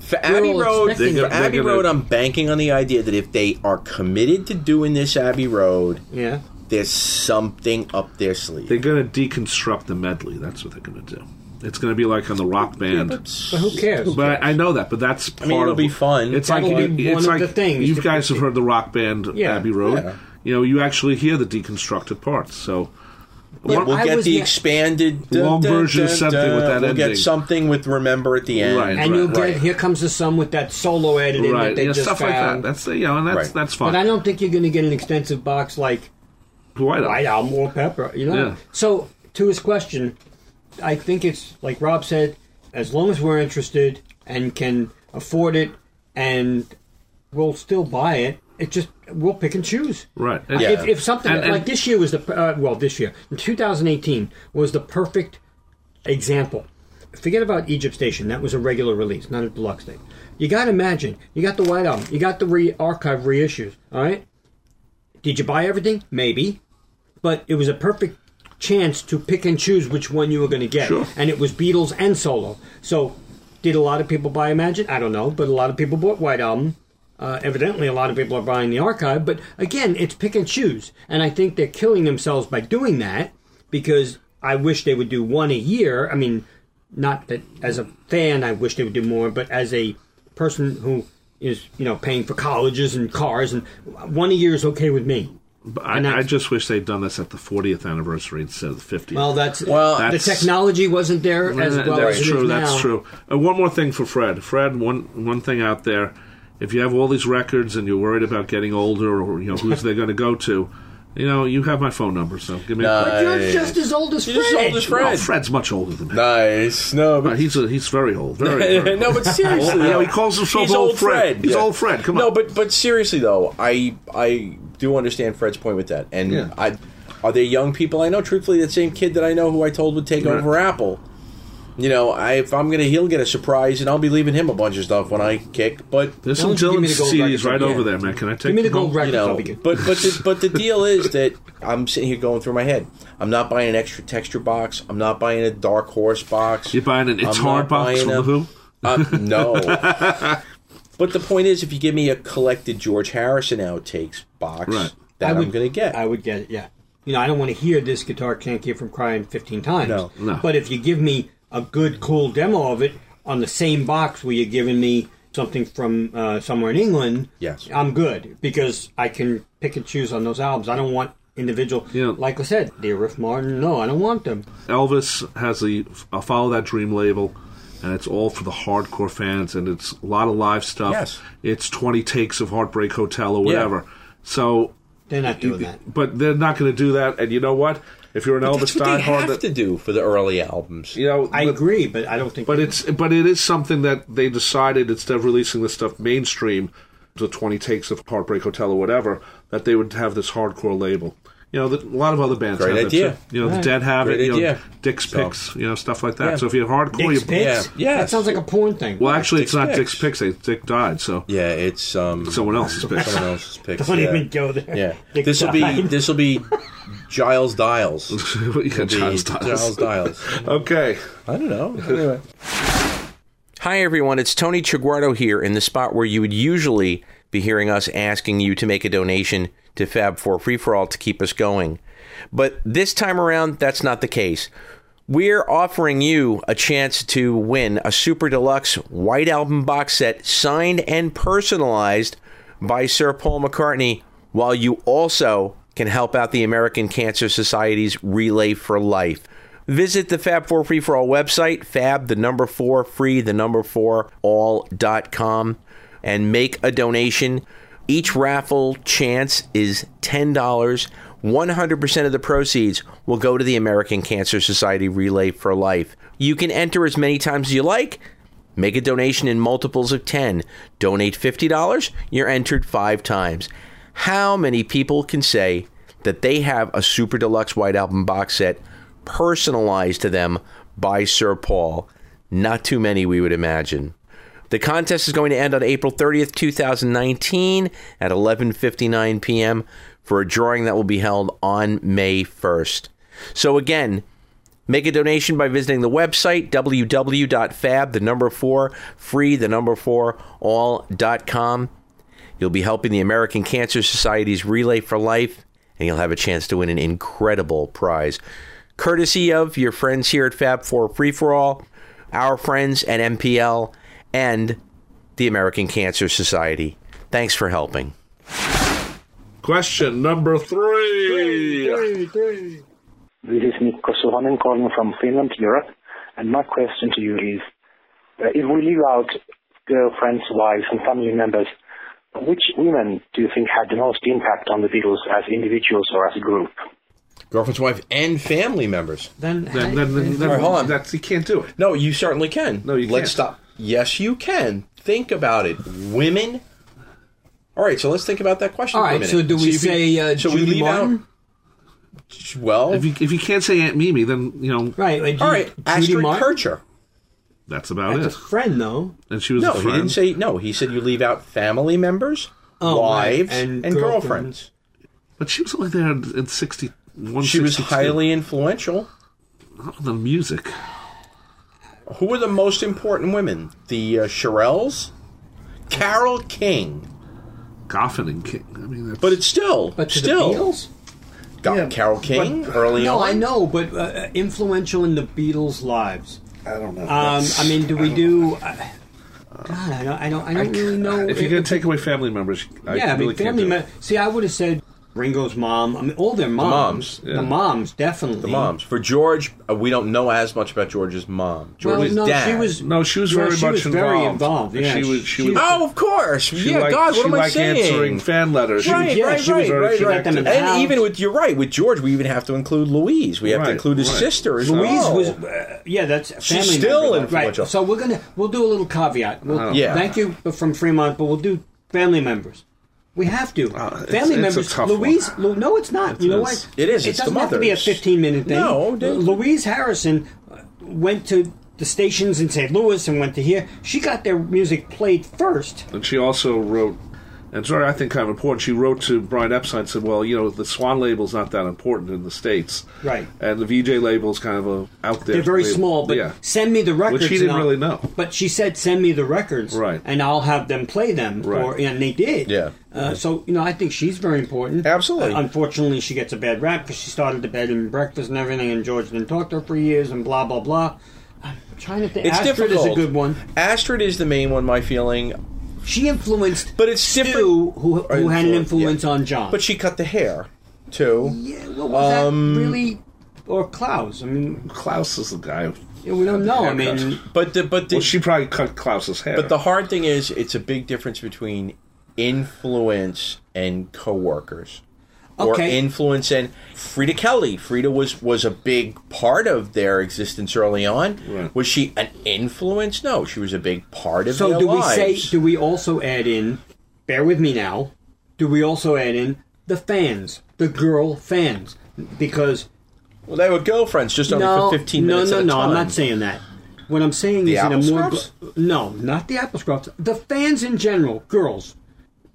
[SPEAKER 4] For Abbey
[SPEAKER 3] all
[SPEAKER 4] Road,
[SPEAKER 3] expecting
[SPEAKER 4] for
[SPEAKER 2] They're gonna-
[SPEAKER 4] Abbey
[SPEAKER 2] they're gonna-
[SPEAKER 4] Road, I'm banking on the idea that if they are committed to doing this Abbey Road,
[SPEAKER 3] Yeah.
[SPEAKER 4] there's something up their sleeve.
[SPEAKER 2] They're going to deconstruct the medley. That's what they're going to do. It's going to be like on the rock band.
[SPEAKER 3] But who cares?
[SPEAKER 2] But I, I know that, but that's part
[SPEAKER 4] mean, it'll
[SPEAKER 2] of
[SPEAKER 4] be fun.
[SPEAKER 2] It's
[SPEAKER 3] That'll
[SPEAKER 2] like
[SPEAKER 3] be
[SPEAKER 2] it's
[SPEAKER 3] one
[SPEAKER 2] like
[SPEAKER 3] of the things.
[SPEAKER 2] you guys have heard the rock band
[SPEAKER 3] Yeah,
[SPEAKER 2] Abbey Road.
[SPEAKER 4] yeah.
[SPEAKER 2] You know, you actually hear the deconstructed parts. So
[SPEAKER 4] Yeah,
[SPEAKER 2] What-
[SPEAKER 4] we'll
[SPEAKER 3] I
[SPEAKER 4] get
[SPEAKER 3] was
[SPEAKER 4] the
[SPEAKER 3] ne-
[SPEAKER 4] expanded
[SPEAKER 2] Long version of something with that
[SPEAKER 4] We'll
[SPEAKER 2] ending.
[SPEAKER 4] get something with remember at the end.
[SPEAKER 2] Right.
[SPEAKER 3] and you'll get
[SPEAKER 4] Right.
[SPEAKER 3] here comes the sun with that solo editing that
[SPEAKER 2] right,
[SPEAKER 3] they
[SPEAKER 2] yeah,
[SPEAKER 3] just
[SPEAKER 2] stuff like that.
[SPEAKER 3] found.
[SPEAKER 2] That's you know, and that's
[SPEAKER 4] Right.
[SPEAKER 2] that's fine.
[SPEAKER 3] But I don't think you're going to get an extensive box like
[SPEAKER 2] Why not?
[SPEAKER 3] White Album or Pepper. You know.
[SPEAKER 2] Yeah.
[SPEAKER 3] So to his question, I think it's like Rob said. As long as we're interested and can afford it, and we'll still buy it. It just we'll pick and choose.
[SPEAKER 2] Right.
[SPEAKER 3] Uh,
[SPEAKER 2] Yeah.
[SPEAKER 3] If, if something
[SPEAKER 2] And- and-
[SPEAKER 3] like this year was the uh, well, this year in 2018 was the perfect example. Forget about Egypt Station. That was a regular release, not a deluxe thing. You got to imagine. You got the White Album. You got the re- archive reissues. All right. Did you buy everything? Maybe, but it was a perfect chance to pick and choose which one you were going to get,
[SPEAKER 2] Sure.
[SPEAKER 3] and it was Beatles and solo. So, did a lot of people buy Imagine? I don't know, but a lot of people bought White Album. Uh, evidently, a lot of people are buying the archive, but again, it's pick and choose, and I think they're killing themselves by doing that because I wish they would do one a year. I mean, not that as a fan, I wish they would do more, but as a person who is you know paying for colleges and cars, and one a year is okay with me.
[SPEAKER 2] But I, I just wish they'd done this at the 40th anniversary instead of the 50th.
[SPEAKER 3] Well, that's
[SPEAKER 4] Well,
[SPEAKER 3] the
[SPEAKER 2] That's-
[SPEAKER 3] technology wasn't there as
[SPEAKER 2] Uh,
[SPEAKER 3] well
[SPEAKER 2] that's
[SPEAKER 3] as it is
[SPEAKER 2] true.
[SPEAKER 3] now.
[SPEAKER 2] That's true. Uh, one more thing for Fred. Fred, one one thing out there. If you have all these records and you're worried about getting older, or you know who's they're going to go to, you know you have my phone number, so give me a call.
[SPEAKER 3] You're
[SPEAKER 4] Nice.
[SPEAKER 3] just as old as
[SPEAKER 4] You're
[SPEAKER 3] Fred.
[SPEAKER 4] just old as Fred.
[SPEAKER 2] Well, Fred's much older than me.
[SPEAKER 4] Nice. No,
[SPEAKER 2] Uh,
[SPEAKER 4] but
[SPEAKER 2] He's a, he's very old.
[SPEAKER 3] [laughs]
[SPEAKER 2] Very, very
[SPEAKER 4] [laughs] no,
[SPEAKER 2] old.
[SPEAKER 4] but seriously,
[SPEAKER 2] Yeah,
[SPEAKER 4] though,
[SPEAKER 2] he calls himself
[SPEAKER 4] he's
[SPEAKER 2] old Fred. He's
[SPEAKER 4] Yeah.
[SPEAKER 2] old Fred, come on.
[SPEAKER 4] No, but but seriously though, I I do understand Fred's point with that, and
[SPEAKER 2] Yeah.
[SPEAKER 4] I are there young people I know. Truthfully, that same kid that I know who I told would take
[SPEAKER 2] Right.
[SPEAKER 4] over Apple. You know, I, if I'm gonna, he'll get a surprise, and I'll be leaving him a bunch of stuff when I kick. But
[SPEAKER 2] There's
[SPEAKER 3] Why
[SPEAKER 2] some
[SPEAKER 3] don't you give
[SPEAKER 2] Dylan
[SPEAKER 3] me the gold record
[SPEAKER 2] CDs right
[SPEAKER 3] again?
[SPEAKER 2] over there, man. Can I take
[SPEAKER 3] Give me the
[SPEAKER 2] them home?
[SPEAKER 3] gold record.
[SPEAKER 4] you know,
[SPEAKER 3] Toby.
[SPEAKER 4] but but the,
[SPEAKER 2] [laughs]
[SPEAKER 4] but the deal is that I'm sitting here going through my head. I'm not buying an extra texture box. I'm not buying a dark horse box.
[SPEAKER 2] You're buying an It's
[SPEAKER 4] I'm
[SPEAKER 2] Hard
[SPEAKER 4] not
[SPEAKER 2] box
[SPEAKER 4] buying
[SPEAKER 2] from
[SPEAKER 4] a-
[SPEAKER 2] the Who?
[SPEAKER 4] Uh,
[SPEAKER 3] [laughs]
[SPEAKER 4] no. but the point is, if you give me a collected George Harrison outtakes box,
[SPEAKER 2] Right.
[SPEAKER 4] that
[SPEAKER 3] I would-
[SPEAKER 4] I'm going to get.
[SPEAKER 3] I would get it. Yeah, you know, I don't want to hear this guitar can't get from crying 15 times.
[SPEAKER 4] No,
[SPEAKER 2] no.
[SPEAKER 3] But if you give me a good, cool demo of it on the same box where you're giving me something from uh, somewhere in England,
[SPEAKER 4] Yes.
[SPEAKER 3] I'm good because I can pick and choose on those albums. I don't want individual.
[SPEAKER 2] Yeah.
[SPEAKER 3] Like I said, the Riff Martin. No, I don't want them.
[SPEAKER 2] Elvis has a, a Follow That Dream label, and it's all for the hardcore fans, and it's a lot of live stuff.
[SPEAKER 4] Yes.
[SPEAKER 2] It's 20 takes of Heartbreak Hotel or whatever. So,
[SPEAKER 3] They're not doing that.
[SPEAKER 2] but they're not going to do that. And you know what? If you're an
[SPEAKER 4] That's
[SPEAKER 2] Elvis
[SPEAKER 4] what they
[SPEAKER 2] diehard,
[SPEAKER 4] have
[SPEAKER 2] that,
[SPEAKER 4] to do for the early albums.
[SPEAKER 2] you know,
[SPEAKER 3] I
[SPEAKER 2] but-
[SPEAKER 3] agree, but I don't think.
[SPEAKER 2] But it's but it is something that they decided instead of releasing this stuff mainstream, the twenty takes of Heartbreak Hotel or whatever, that they would have this hardcore label. You know, that a lot of other bands
[SPEAKER 4] Great
[SPEAKER 2] have
[SPEAKER 4] idea.
[SPEAKER 2] that too. You know, the Dead have
[SPEAKER 4] Great
[SPEAKER 2] it. You know,
[SPEAKER 4] idea.
[SPEAKER 2] Dick's
[SPEAKER 4] So-
[SPEAKER 2] Picks. You know, stuff like that.
[SPEAKER 4] Yeah.
[SPEAKER 2] So if you're hardcore,
[SPEAKER 3] Dick's
[SPEAKER 2] you
[SPEAKER 3] Picks?
[SPEAKER 4] Yeah, yes.
[SPEAKER 3] That sounds like a porn thing.
[SPEAKER 2] well, actually,
[SPEAKER 4] Dick's
[SPEAKER 2] it's not
[SPEAKER 4] Picks.
[SPEAKER 2] Dick's Picks. They, Dick died, so
[SPEAKER 4] Yeah, it's um,
[SPEAKER 2] someone
[SPEAKER 4] [laughs]
[SPEAKER 2] else's picks. [laughs]
[SPEAKER 4] someone else's
[SPEAKER 3] [laughs]
[SPEAKER 4] picks.
[SPEAKER 3] Don't
[SPEAKER 4] yeah.
[SPEAKER 3] even go there.
[SPEAKER 4] Yeah,
[SPEAKER 3] Dick
[SPEAKER 4] this will be
[SPEAKER 3] died.
[SPEAKER 4] this will be
[SPEAKER 3] [laughs]
[SPEAKER 4] Giles Dials.
[SPEAKER 2] yeah,
[SPEAKER 4] It'll be
[SPEAKER 2] Giles Stiles.
[SPEAKER 4] Giles Dials.
[SPEAKER 2] Okay.
[SPEAKER 4] I don't know. Hi, everyone. It's Tony Chiguardo here in the spot where you would usually be hearing us asking you to make a donation to Fab4 Free For All to keep us going. But this time around, that's not the case. We're offering you a chance to win a super deluxe White Album box set signed and personalized by Sir Paul McCartney, while you also can help out the American Cancer Society's Relay for Life. Visit the Fab4 Free For All website, fab the number four free, the number four all.com, and make a donation. Each raffle chance is $10. 100% of the proceeds will go to the American Cancer Society Relay for Life. You can enter as many times as you like. Make a donation in multiples of 10. Donate $50, you're entered five times. How many people can say that they have a Super Deluxe White Album box set personalized to them by Sir Paul? Not too many, we would imagine. The contest is going to end on April 30th, 2019 at 11:59 p.m. for a drawing that will be held on May 1st. So again, Make a donation by visiting the website www.fab the number 4 free the number 4 all.com. You'll be helping the American Cancer Society's Relay for Life and you'll have a chance to win an incredible prize courtesy of your friends here at Fab4 Free for All, our friends at MPL and the American Cancer Society. Thanks for helping.
[SPEAKER 2] Question number three.
[SPEAKER 8] This is Mikko Suhonen calling from Finland, Europe. And my question to you is, uh, if we leave out girlfriends, wives, and family members, which women do you think had the most impact on the Beatles as individuals or as a group?
[SPEAKER 4] Girlfriend's wife and family members.
[SPEAKER 3] Then,
[SPEAKER 2] Then, then, then, then
[SPEAKER 4] All right, hold on.
[SPEAKER 2] That's, you can't do it.
[SPEAKER 4] No, you certainly can.
[SPEAKER 2] No, you
[SPEAKER 4] Let's
[SPEAKER 2] can't.
[SPEAKER 4] stop. Yes, you can. Think about it. Women. All right, so let's think about that question.
[SPEAKER 3] all
[SPEAKER 4] for a
[SPEAKER 3] right.
[SPEAKER 4] minute.
[SPEAKER 3] So do
[SPEAKER 4] See
[SPEAKER 3] we
[SPEAKER 4] if you-
[SPEAKER 3] say uh,
[SPEAKER 4] so
[SPEAKER 3] Judy
[SPEAKER 4] we leave
[SPEAKER 3] Martin?
[SPEAKER 4] out? Well,
[SPEAKER 2] If you, if you can't say Aunt Mimi, then, you know,
[SPEAKER 3] Right. Like,
[SPEAKER 4] all right,
[SPEAKER 3] Judy
[SPEAKER 4] Astrid
[SPEAKER 3] Martin.
[SPEAKER 4] Kircher.
[SPEAKER 2] that's about
[SPEAKER 3] That's a
[SPEAKER 2] it.
[SPEAKER 3] friend, though.
[SPEAKER 2] And she was
[SPEAKER 4] No,
[SPEAKER 2] a
[SPEAKER 4] he
[SPEAKER 2] friend.
[SPEAKER 4] didn't say no. He said you leave out family members,
[SPEAKER 3] Oh, right,
[SPEAKER 4] wives,
[SPEAKER 3] and
[SPEAKER 4] and,
[SPEAKER 3] girlfriends.
[SPEAKER 4] girlfriends.
[SPEAKER 2] but she was only there in, in 61,
[SPEAKER 4] She was
[SPEAKER 2] 62.
[SPEAKER 4] highly influential.
[SPEAKER 2] Not on the music.
[SPEAKER 4] Who were the most important women? The uh, Shirelles, Carol King.
[SPEAKER 2] Goffin and King. I mean, that's,
[SPEAKER 4] But it's still,
[SPEAKER 3] But to the
[SPEAKER 4] still, Oh,
[SPEAKER 3] Beatles?
[SPEAKER 4] got
[SPEAKER 2] Yeah,
[SPEAKER 4] Carol King early
[SPEAKER 3] No,
[SPEAKER 4] on.
[SPEAKER 3] I know, but uh, influential in the Beatles' lives.
[SPEAKER 9] I don't know.
[SPEAKER 3] Um,
[SPEAKER 9] That's-
[SPEAKER 3] I mean, do we do? Uh, God, I don't, I don't, I don't really know.
[SPEAKER 2] if you're going to take away family members, I
[SPEAKER 3] yeah, I
[SPEAKER 2] really
[SPEAKER 3] mean,
[SPEAKER 2] can't
[SPEAKER 3] family.
[SPEAKER 2] do it.
[SPEAKER 3] Me- see, I would have said Ringo's mom. I mean, all their moms.
[SPEAKER 4] moms,
[SPEAKER 3] The moms,
[SPEAKER 2] yeah.
[SPEAKER 3] definitely.
[SPEAKER 4] the moms. For George, uh, we don't know as much about George's mom.
[SPEAKER 3] Well,
[SPEAKER 4] George's
[SPEAKER 3] no,
[SPEAKER 4] dad.
[SPEAKER 3] she was
[SPEAKER 2] No, she was
[SPEAKER 3] Yeah,
[SPEAKER 2] very
[SPEAKER 3] she
[SPEAKER 2] much
[SPEAKER 3] was
[SPEAKER 2] involved.
[SPEAKER 3] very involved, yeah.
[SPEAKER 2] she was. She
[SPEAKER 3] She-
[SPEAKER 2] was.
[SPEAKER 4] Oh, of course.
[SPEAKER 2] she
[SPEAKER 4] yeah,
[SPEAKER 2] liked,
[SPEAKER 4] God, what
[SPEAKER 2] she
[SPEAKER 4] am I
[SPEAKER 2] liked
[SPEAKER 4] saying?
[SPEAKER 2] answering fan letters. She-
[SPEAKER 4] Right,
[SPEAKER 3] yeah,
[SPEAKER 4] right,
[SPEAKER 2] she was
[SPEAKER 4] right,
[SPEAKER 2] very
[SPEAKER 4] right, right.
[SPEAKER 2] connected.
[SPEAKER 3] Let them in
[SPEAKER 4] And
[SPEAKER 3] the house.
[SPEAKER 4] even with you're right with George, we even have to include Louise. We have
[SPEAKER 2] Right,
[SPEAKER 4] to include his
[SPEAKER 2] right.
[SPEAKER 4] sister as
[SPEAKER 3] Louise
[SPEAKER 4] well.
[SPEAKER 3] was, uh, yeah, that's a
[SPEAKER 4] Oh. She's
[SPEAKER 3] family
[SPEAKER 4] still
[SPEAKER 3] member, though.
[SPEAKER 4] influential. Oh.
[SPEAKER 3] Right. So we're gonna we'll do a little caveat. We'll,
[SPEAKER 4] Yeah.
[SPEAKER 3] Thank you from Fremont, but we'll do family members. We have to
[SPEAKER 4] Oh,
[SPEAKER 2] Uh, it's-
[SPEAKER 3] family
[SPEAKER 2] it's a
[SPEAKER 3] members.
[SPEAKER 2] tough
[SPEAKER 3] Louise,
[SPEAKER 2] one.
[SPEAKER 3] Lu- no, it's not. you know
[SPEAKER 2] is.
[SPEAKER 3] what?
[SPEAKER 4] It is.
[SPEAKER 3] It
[SPEAKER 4] It's the
[SPEAKER 3] doesn't have to be a
[SPEAKER 4] mothers.
[SPEAKER 3] fifteen-minute thing.
[SPEAKER 4] No, it doesn't.
[SPEAKER 3] Louise Harrison uh, went to the stations in St. Louis and went to here. She got their music played first.
[SPEAKER 2] And she also wrote, and it's very, I think, kind of important. She wrote to Brian Epstein and said, "Well, you know, the Swan label's not that important in the states,
[SPEAKER 3] Right.
[SPEAKER 2] And the VJ label's kind of a out there.
[SPEAKER 3] They're very
[SPEAKER 2] label.
[SPEAKER 3] small, but
[SPEAKER 2] yeah,
[SPEAKER 3] send me the records.
[SPEAKER 2] which he didn't
[SPEAKER 3] and I'll-
[SPEAKER 2] really know.
[SPEAKER 3] But she said, "Send me the records,
[SPEAKER 2] Right.
[SPEAKER 3] And I'll have them play them."
[SPEAKER 2] Right.
[SPEAKER 3] Or, and they did.
[SPEAKER 4] Yeah.
[SPEAKER 3] Uh, so you know, I think she's very important.
[SPEAKER 4] Absolutely.
[SPEAKER 3] Uh, unfortunately, she gets a bad rap because she started the bed and breakfast and everything, and George didn't talk to her for years, and blah blah blah. I'm trying to think.
[SPEAKER 4] It's
[SPEAKER 3] Astrid
[SPEAKER 4] difficult.
[SPEAKER 3] is a good one.
[SPEAKER 4] Astrid is the main one. My feeling,
[SPEAKER 3] She influenced,
[SPEAKER 4] But it's
[SPEAKER 3] Stu,
[SPEAKER 4] different-
[SPEAKER 3] who who had an
[SPEAKER 4] Influence,
[SPEAKER 3] influence
[SPEAKER 4] yeah.
[SPEAKER 3] on John.
[SPEAKER 4] but she cut the hair too.
[SPEAKER 3] yeah, well, was
[SPEAKER 4] Um,
[SPEAKER 3] that really? Or Klaus? I mean,
[SPEAKER 2] Klaus is the guy. who-
[SPEAKER 3] we don't know. I
[SPEAKER 2] Haircut.
[SPEAKER 3] mean,
[SPEAKER 4] But the but the
[SPEAKER 2] Well, she probably cut Klaus's hair.
[SPEAKER 4] but the hard thing is, it's a big difference between influence and coworkers. Or
[SPEAKER 3] Okay.
[SPEAKER 4] influence and Frida Kelly. Frida was was a big part of their existence early on.
[SPEAKER 2] Right.
[SPEAKER 4] Was she an influence? No, she was a big part of
[SPEAKER 3] So
[SPEAKER 4] their
[SPEAKER 3] do
[SPEAKER 4] lives.
[SPEAKER 3] we say? Do we also add in? Bear with me now. Do we also add in the fans, the girl fans? Because
[SPEAKER 4] well, they were girlfriends just only
[SPEAKER 3] no,
[SPEAKER 4] for fifteen
[SPEAKER 3] no,
[SPEAKER 4] minutes.
[SPEAKER 3] no,
[SPEAKER 4] at a
[SPEAKER 3] no. I'm
[SPEAKER 4] time.
[SPEAKER 3] not saying that. What I'm saying is in a
[SPEAKER 4] Apple
[SPEAKER 3] more
[SPEAKER 4] Scrubs?
[SPEAKER 3] gl- no, not the apple scrubs. The fans in general, girls,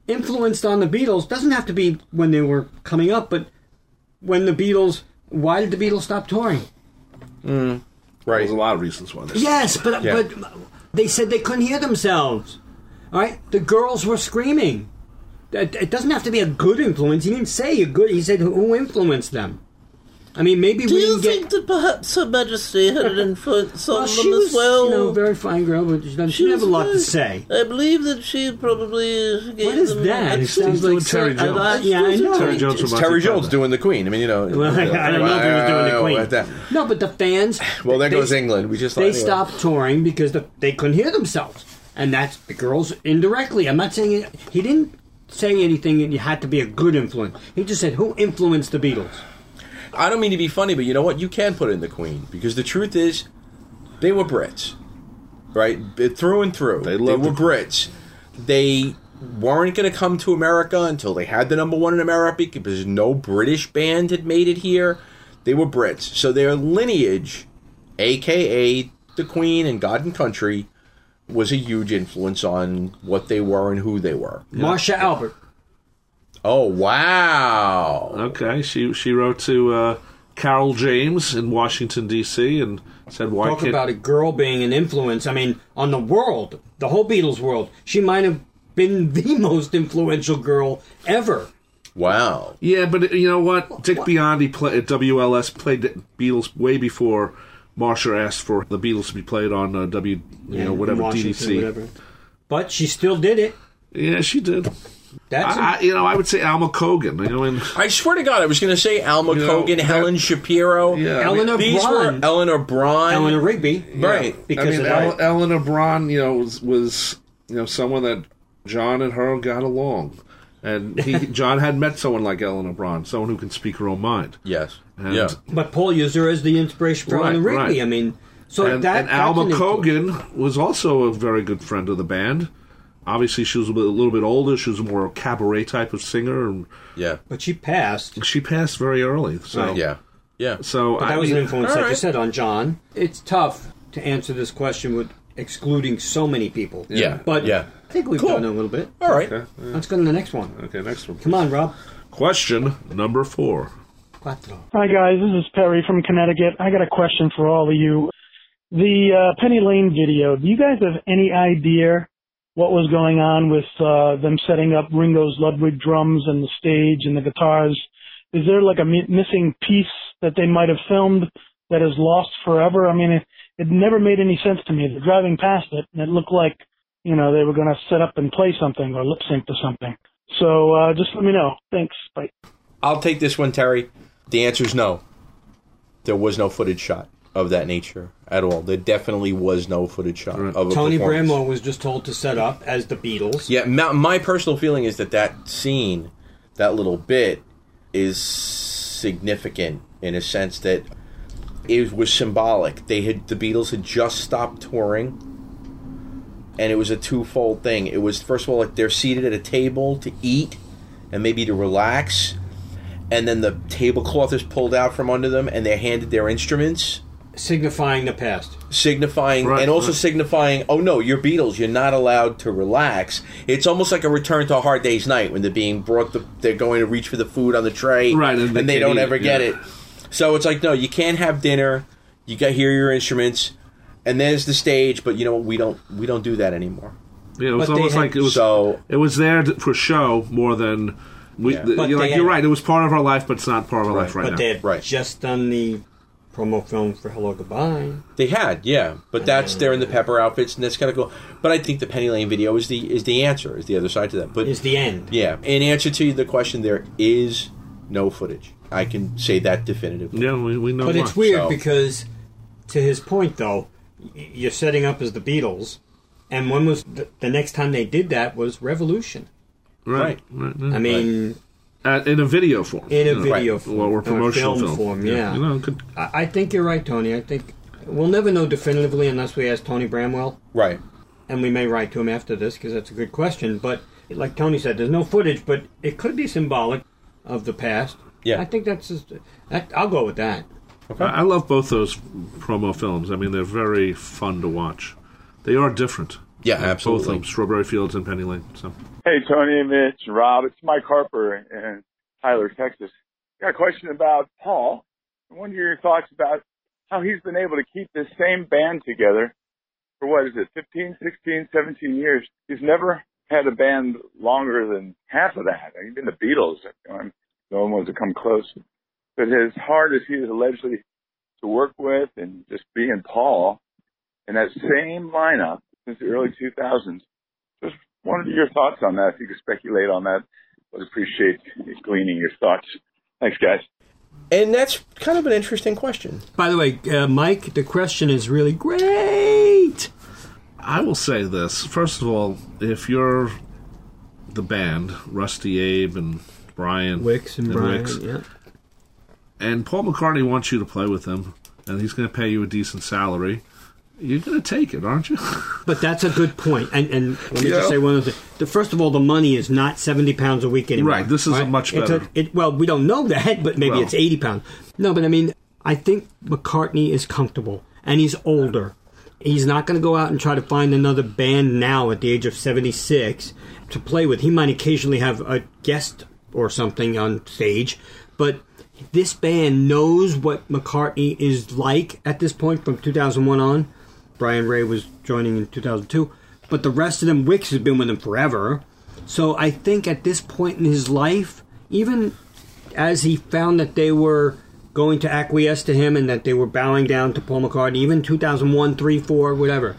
[SPEAKER 3] influenced on the Beatles doesn't have to be when they were coming up, but when the Beatles. Why did the Beatles stop touring?
[SPEAKER 2] there's
[SPEAKER 4] right.
[SPEAKER 2] a lot of reasons why. This
[SPEAKER 3] Yes, but
[SPEAKER 4] Yeah.
[SPEAKER 3] but they said they couldn't hear themselves. All right, the girls were screaming. It, it doesn't have to be a good influence. He didn't say a good. He said who influenced them. I mean, maybe we didn't get.
[SPEAKER 10] that perhaps Her Majesty had an influence on
[SPEAKER 3] well, she was, you know, a very fine girl, but she doesn't she didn't have a lot to say.
[SPEAKER 10] I believe that she probably gave
[SPEAKER 3] What is that? It sounds
[SPEAKER 2] doing
[SPEAKER 3] like
[SPEAKER 2] Terry
[SPEAKER 3] some-
[SPEAKER 2] Jones.
[SPEAKER 10] I-
[SPEAKER 3] Yeah, I know.
[SPEAKER 2] Terry Jones.
[SPEAKER 4] It's
[SPEAKER 2] from
[SPEAKER 4] Terry
[SPEAKER 2] Monty
[SPEAKER 4] Jones
[SPEAKER 2] Python.
[SPEAKER 4] doing the Queen. I mean, you know.
[SPEAKER 3] Well, [laughs] I, I don't know if he was doing the
[SPEAKER 4] Well,
[SPEAKER 3] Queen.
[SPEAKER 4] at that-
[SPEAKER 3] No, but the fans.
[SPEAKER 4] Well, there
[SPEAKER 3] they-
[SPEAKER 4] goes England. We just
[SPEAKER 3] They
[SPEAKER 4] anyway.
[SPEAKER 3] stopped touring because the, they couldn't hear themselves, and that's the girls indirectly. I'm not saying it, he didn't say anything. It had to be a good influence. He just said who influenced the Beatles.
[SPEAKER 4] I don't mean to be funny, but you know what? You can put in the Queen because the truth is, they were Brits, right? B- Through and through,
[SPEAKER 2] They loved
[SPEAKER 4] were
[SPEAKER 2] the-
[SPEAKER 4] Brits. They weren't going to come to America until they had the number one in America because no British band had made it here. They were Brits, so their lineage, aka the Queen and God and Country, was a huge influence on what they were and who they were.
[SPEAKER 3] Marsha Albert.
[SPEAKER 4] Oh wow!
[SPEAKER 2] Okay, she she wrote to uh, Carol James in Washington D.C. and said, "Why
[SPEAKER 3] Talk
[SPEAKER 2] can't
[SPEAKER 3] about a girl being an influence. I mean, on the world, the whole Beatles world. She might have been [laughs] the most influential girl ever.
[SPEAKER 4] Wow.
[SPEAKER 2] Yeah, but you know what? Dick Biondi play, at WLS played the Beatles way before Marsha asked for the Beatles to be played on uh, W, you know,
[SPEAKER 3] In
[SPEAKER 2] whatever
[SPEAKER 3] Washington,
[SPEAKER 2] DDC.
[SPEAKER 3] whatever. But she still did it.
[SPEAKER 2] Yeah, she did.
[SPEAKER 3] That's
[SPEAKER 2] I, I, you know, I would say Alma Kogan. You know, and
[SPEAKER 4] I swear to God, I was going to say Alma
[SPEAKER 2] You know,
[SPEAKER 4] Kogan,
[SPEAKER 2] that-
[SPEAKER 4] Helen Shapiro,
[SPEAKER 2] Yeah, I
[SPEAKER 3] Eleanor
[SPEAKER 4] these
[SPEAKER 3] Braun.
[SPEAKER 4] were Eleanor Braun,
[SPEAKER 3] Eleanor Rigby,
[SPEAKER 4] Right.
[SPEAKER 3] Because
[SPEAKER 2] I mean,
[SPEAKER 3] of
[SPEAKER 2] El-
[SPEAKER 3] that.
[SPEAKER 2] Eleanor Braun, you know, was, was you know someone that John and her got along, and he,
[SPEAKER 3] [laughs]
[SPEAKER 2] John had met someone like Eleanor Braun, someone who can speak her own mind.
[SPEAKER 4] Yes,
[SPEAKER 2] And-
[SPEAKER 4] yeah,
[SPEAKER 3] But Paul used her as the inspiration for
[SPEAKER 2] Right,
[SPEAKER 3] Eleanor Rigby.
[SPEAKER 2] right.
[SPEAKER 3] I mean, so
[SPEAKER 2] and,
[SPEAKER 3] that
[SPEAKER 2] and Alma
[SPEAKER 3] that's an influence.
[SPEAKER 2] Kogan was also a very good friend of the band. Obviously, she was a, bit- a little bit older. She was more a cabaret type of singer, and
[SPEAKER 4] yeah,
[SPEAKER 3] but she passed.
[SPEAKER 2] she passed very early. So,
[SPEAKER 4] yeah, yeah.
[SPEAKER 2] so
[SPEAKER 3] But that was an
[SPEAKER 2] mean,
[SPEAKER 3] influence,
[SPEAKER 4] all
[SPEAKER 3] like you
[SPEAKER 4] right.
[SPEAKER 3] said, on John. It's tough to answer this question with excluding so many people.
[SPEAKER 4] Yeah,
[SPEAKER 3] but
[SPEAKER 4] yeah.
[SPEAKER 3] I think we've
[SPEAKER 4] Cool.
[SPEAKER 3] done a little bit.
[SPEAKER 4] All right.
[SPEAKER 3] Let's go to the next one.
[SPEAKER 2] Okay, next one.
[SPEAKER 3] Come on, Rob.
[SPEAKER 2] Question number four.
[SPEAKER 3] Quattro.
[SPEAKER 9] Hi guys, this is Perry from Connecticut. I got a question for all of you. The uh, Penny Lane video. Do you guys have any idea what was going on with uh, them setting up Ringo's Ludwig drums and the stage and the guitars? Is there like a mi- missing piece that they might have filmed that is lost forever? I mean, it, it never made any sense to me. They're driving past it and it looked like you know they were going to set up and play something or lip sync to something. So uh, just let me know. Thanks. Bye.
[SPEAKER 4] I'll take this one, Terry. The answer is no. There was no footage shot of that nature at all. There definitely was no footage shot of a
[SPEAKER 3] Tony
[SPEAKER 4] performance.
[SPEAKER 3] Bramwell was just told to set up as the Beatles.
[SPEAKER 4] Yeah, my, my personal feeling is that that scene, that little bit, is significant in a sense that it was symbolic. They had the Beatles had just stopped touring, and it was a twofold thing. It was first of all like they're seated at a table to eat and maybe to relax, and then the tablecloth is pulled out from under them, and they're handed their instruments
[SPEAKER 3] Signifying the past.
[SPEAKER 4] signifying
[SPEAKER 2] Right,
[SPEAKER 4] and also
[SPEAKER 2] right.
[SPEAKER 4] signifying oh no you're beatles you're not allowed to relax it's almost like a return to a hard day's night when they're being brought the, they're going to reach for the food on the tray
[SPEAKER 2] Right, and they
[SPEAKER 4] they
[SPEAKER 2] can't
[SPEAKER 4] don't
[SPEAKER 2] eat it,
[SPEAKER 4] ever get
[SPEAKER 2] yeah.
[SPEAKER 4] it so it's like no you can't have dinner you got hear your instruments and there's the stage but you know what we don't we don't do that anymore
[SPEAKER 2] Yeah, it was
[SPEAKER 3] But they
[SPEAKER 2] almost
[SPEAKER 3] had-
[SPEAKER 2] like it was
[SPEAKER 4] so
[SPEAKER 2] It was there to- for show more than we.
[SPEAKER 4] Yeah.
[SPEAKER 2] th-
[SPEAKER 3] But
[SPEAKER 2] you're
[SPEAKER 3] they
[SPEAKER 2] like you're
[SPEAKER 3] had-
[SPEAKER 2] right. It was part of our life, but it's not part of our life right
[SPEAKER 3] but
[SPEAKER 2] now.
[SPEAKER 3] they had
[SPEAKER 4] Right.
[SPEAKER 3] just done the promo film for Hello Goodbye.
[SPEAKER 4] They had, yeah, but that's they're in the pepper outfits, and that's kind of cool. But I think the Penny Lane video is the is the answer, is the other side to that. But
[SPEAKER 3] Is the end.
[SPEAKER 4] Yeah. In answer to the question, there is no footage. I can say that definitively.
[SPEAKER 2] yeah, we, we know.
[SPEAKER 3] But
[SPEAKER 2] why.
[SPEAKER 3] it's weird
[SPEAKER 4] so-
[SPEAKER 3] because, to his point though, y- you're setting up as the Beatles, and when was the, the next time they did that was Revolution.
[SPEAKER 2] right? right, yeah.
[SPEAKER 3] I mean,
[SPEAKER 2] Uh, in a video form.
[SPEAKER 3] in a
[SPEAKER 2] you know,
[SPEAKER 3] video
[SPEAKER 2] right.
[SPEAKER 3] form
[SPEAKER 2] Well,
[SPEAKER 3] or
[SPEAKER 2] or
[SPEAKER 3] a
[SPEAKER 2] promotional
[SPEAKER 3] film form, yeah.
[SPEAKER 2] You know, could,
[SPEAKER 3] I, I think you're right, Tony. I think we'll never know definitively unless we ask Tony Bramwell,
[SPEAKER 4] Right.
[SPEAKER 3] and we may write to him after this because that's a good question. But like Tony said, there's no footage, but it could be symbolic of the past.
[SPEAKER 4] Yeah.
[SPEAKER 3] I think that's just, that, I'll go with that.
[SPEAKER 2] I, I love both those promo films. I mean, they're very fun to watch. They are different.
[SPEAKER 4] Yeah,
[SPEAKER 2] Both
[SPEAKER 4] absolutely.
[SPEAKER 2] of them, Strawberry Fields and Penny Lane. So.
[SPEAKER 11] Hey, Tony and Mitch, Rob, it's Mike Harper in Tyler, Texas. Got a question about Paul. I wonder your thoughts about how he's been able to keep this same band together for what is it, 15, 16, 17 years. He's never had a band longer than half of that. Even the Beatles, I mean, no one wants to come close. But as hard as he is allegedly to work with and just being Paul in that same lineup since the early 2000s, just wondered your thoughts on that. If you could speculate on that, would appreciate gleaning your thoughts. Thanks, guys.
[SPEAKER 4] And that's kind of an interesting question.
[SPEAKER 3] By the way, uh, Mike, the question is really great.
[SPEAKER 2] I will say this. First of all, if you're the band, Rusty Abe and Brian
[SPEAKER 3] Wicks and Brian.
[SPEAKER 2] Wicks,
[SPEAKER 3] Yeah.
[SPEAKER 2] and Paul McCartney wants you to play with him, and he's going to pay you a decent salary, you're going to take it, aren't you? [laughs]
[SPEAKER 3] But that's a good point. And, and let me just
[SPEAKER 2] Yeah.
[SPEAKER 3] say one other thing. The, first of all, the money is not 70 pounds a week anymore.
[SPEAKER 2] Right, this is a much
[SPEAKER 3] It's
[SPEAKER 2] better-
[SPEAKER 3] it, well, we don't know that, but maybe
[SPEAKER 2] Well.
[SPEAKER 3] it's 80 pounds. No, but I mean, I think McCartney is comfortable and he's older. He's not going to go out and try to find another band now at the age of 76 to play with. He might occasionally have a guest or something on stage, but this band knows what McCartney is like at this point from 2001 on. Brian Ray was joining in 2002, but the rest of them, Wicks has been with them forever. So I think at this point in his life, even as he found that they were going to acquiesce to him and that they were bowing down to Paul McCartney, even 2001, 3, 4, whatever,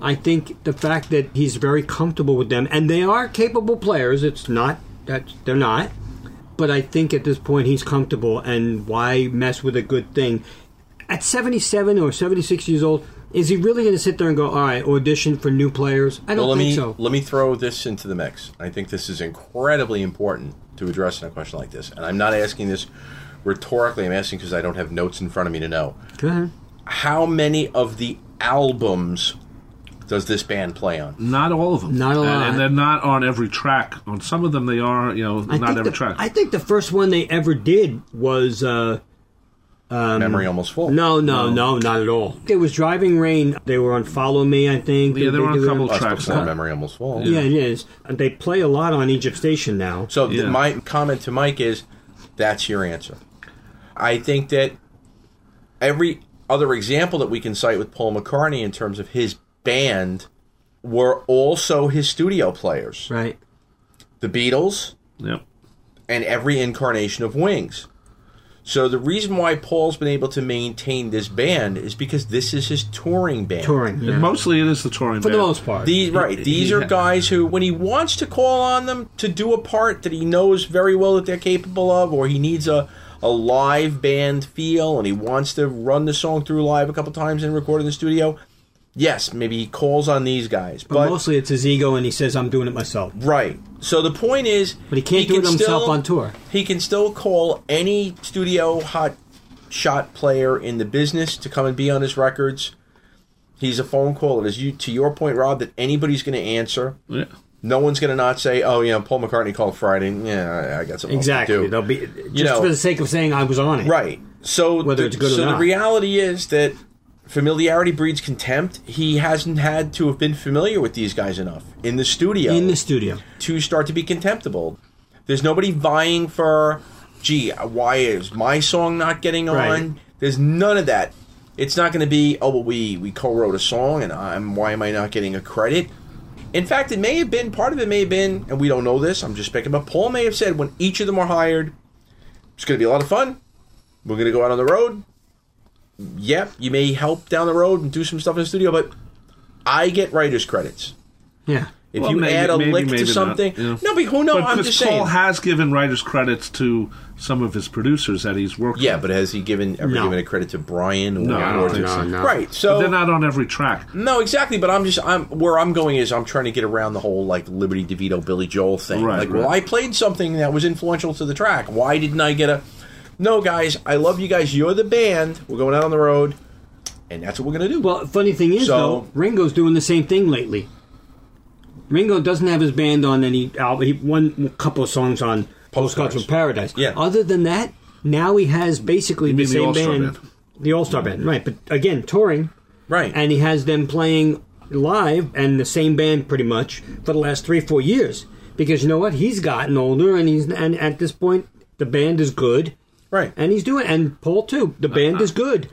[SPEAKER 3] I think the fact that he's very comfortable with them, and they are capable players. It's not that they're not, but I think at this point he's comfortable, and why mess with a good thing? At 77 or 76 years old, is he really going to sit there and go, all right, audition for new players? I don't
[SPEAKER 4] well, let
[SPEAKER 3] think
[SPEAKER 4] me
[SPEAKER 3] so.
[SPEAKER 4] let me throw this into the mix. I think this is incredibly important to address in a question like this, and I'm not asking this rhetorically. I'm asking because I don't have notes in front of me to know
[SPEAKER 3] Go ahead.
[SPEAKER 4] how many of the albums does this band play on.
[SPEAKER 2] Not all of them.
[SPEAKER 3] Not a
[SPEAKER 2] And-
[SPEAKER 3] lot.
[SPEAKER 2] And, they're not on every track. On some of them, they are. You know, not
[SPEAKER 3] think
[SPEAKER 2] every
[SPEAKER 3] the,
[SPEAKER 2] track.
[SPEAKER 3] I think the first one they ever did was uh, um,
[SPEAKER 4] Memory Almost Full.
[SPEAKER 3] No, no, no, not at all. It was Driving Rain. They were on Follow Me, I think.
[SPEAKER 2] Yeah,
[SPEAKER 3] They-
[SPEAKER 2] there were
[SPEAKER 3] they
[SPEAKER 2] a
[SPEAKER 3] did
[SPEAKER 2] couple
[SPEAKER 3] it-
[SPEAKER 2] tracks.
[SPEAKER 4] Before Memory Almost Full.
[SPEAKER 3] Yeah, it is. And they play a lot on Egypt Station now.
[SPEAKER 4] So th- my comment to Mike is, that's your answer. I think that every other example that we can cite with Paul McCartney in terms of his band were also his studio players.
[SPEAKER 3] Right.
[SPEAKER 4] The Beatles
[SPEAKER 2] Yep.
[SPEAKER 4] and every incarnation of Wings. So the reason why Paul's been able to maintain this band is because this is his touring band.
[SPEAKER 3] Touring. yeah.
[SPEAKER 2] And mostly, it is the touring
[SPEAKER 3] For the
[SPEAKER 2] band.
[SPEAKER 3] most part.
[SPEAKER 4] These right, these are guys who, when he wants to call on them to do a part that he knows very well that they're capable of, or he needs a a live band feel, and he wants to run the song through live a couple times and record in the studio. Yes, maybe he calls on these guys,
[SPEAKER 3] but, Oh,
[SPEAKER 4] but,
[SPEAKER 3] mostly it's his ego and he says, I'm doing it myself.
[SPEAKER 4] right. So the point is,
[SPEAKER 3] But he can't do it
[SPEAKER 4] can
[SPEAKER 3] himself
[SPEAKER 4] still-
[SPEAKER 3] on tour.
[SPEAKER 4] He can still call any studio hot shot player in the business to come and be on his records. He's a phone caller. As you to your point, Rob, that anybody's going to answer.
[SPEAKER 2] Yeah.
[SPEAKER 4] No one's going to not say, "Oh yeah, Paul McCartney called Friday. Yeah, I- I got something else
[SPEAKER 3] Exactly.
[SPEAKER 4] to do."
[SPEAKER 3] They'll be just
[SPEAKER 4] know-
[SPEAKER 3] for the sake of saying I was on it.
[SPEAKER 4] Right. So
[SPEAKER 3] Whether
[SPEAKER 4] the,
[SPEAKER 3] it's good or
[SPEAKER 4] so the
[SPEAKER 3] not.
[SPEAKER 4] reality is that familiarity breeds contempt. He hasn't had to have been familiar with these guys enough in the studio
[SPEAKER 3] In the studio.
[SPEAKER 4] to start to be contemptible. There's nobody vying for, gee, why is my song not getting on?
[SPEAKER 3] Right.
[SPEAKER 4] There's none of that. It's not going to be, oh, well, we, we co wrote a song and I'm, why am I not getting a credit? In fact, it may have been, part of it may have been, and we don't know this, I'm just picking, but Paul may have said when each of them are hired, it's going to be a lot of fun. We're going to go out on the road. Yep, you may help down the road and do some stuff in the studio, but I get writer's credits.
[SPEAKER 3] Yeah.
[SPEAKER 4] If
[SPEAKER 2] Well,
[SPEAKER 4] you
[SPEAKER 2] maybe-
[SPEAKER 4] add a
[SPEAKER 2] maybe-
[SPEAKER 4] lick
[SPEAKER 2] maybe
[SPEAKER 4] to
[SPEAKER 2] not,
[SPEAKER 4] something,
[SPEAKER 2] you know.
[SPEAKER 4] no, but who knows?
[SPEAKER 2] but
[SPEAKER 4] I'm
[SPEAKER 2] Chris
[SPEAKER 4] just
[SPEAKER 2] Paul
[SPEAKER 4] saying.
[SPEAKER 2] has given writers credits to some of his producers that he's worked.
[SPEAKER 4] yeah,
[SPEAKER 2] with.
[SPEAKER 4] but has he given ever
[SPEAKER 3] No.
[SPEAKER 4] given a credit to Brian?
[SPEAKER 2] No, I don't
[SPEAKER 4] or
[SPEAKER 2] think so.
[SPEAKER 4] Right.
[SPEAKER 2] But they're
[SPEAKER 4] So
[SPEAKER 2] not on every track.
[SPEAKER 4] no, exactly. But I'm just I'm where I'm going is I'm trying to get around the whole like Liberty DeVito, Billy Joel thing.
[SPEAKER 2] Right,
[SPEAKER 4] like,
[SPEAKER 2] right.
[SPEAKER 4] well, I played something that was influential to the track. Why didn't I get a? No, guys, I love you guys. You're the band. We're going out on the road, and that's what we're gonna do.
[SPEAKER 3] Well, funny thing is,
[SPEAKER 4] So-
[SPEAKER 3] though, Ringo's doing the same thing lately. Ringo doesn't have his band on any album. He one couple of songs on Postcards from Paradise.
[SPEAKER 4] Yeah.
[SPEAKER 3] Other than that, now he has basically the
[SPEAKER 2] mean the
[SPEAKER 3] same
[SPEAKER 2] All-Star
[SPEAKER 3] band,
[SPEAKER 2] Band.
[SPEAKER 3] the All Star Band, right? But again, touring,
[SPEAKER 4] right.
[SPEAKER 3] and he has them playing live and the same band pretty much for the last three four years. Because you know what, he's gotten older, and he's and at this point the band is good,
[SPEAKER 4] right.
[SPEAKER 3] and he's doing and Paul too. The band
[SPEAKER 2] Uh-huh.
[SPEAKER 3] is good.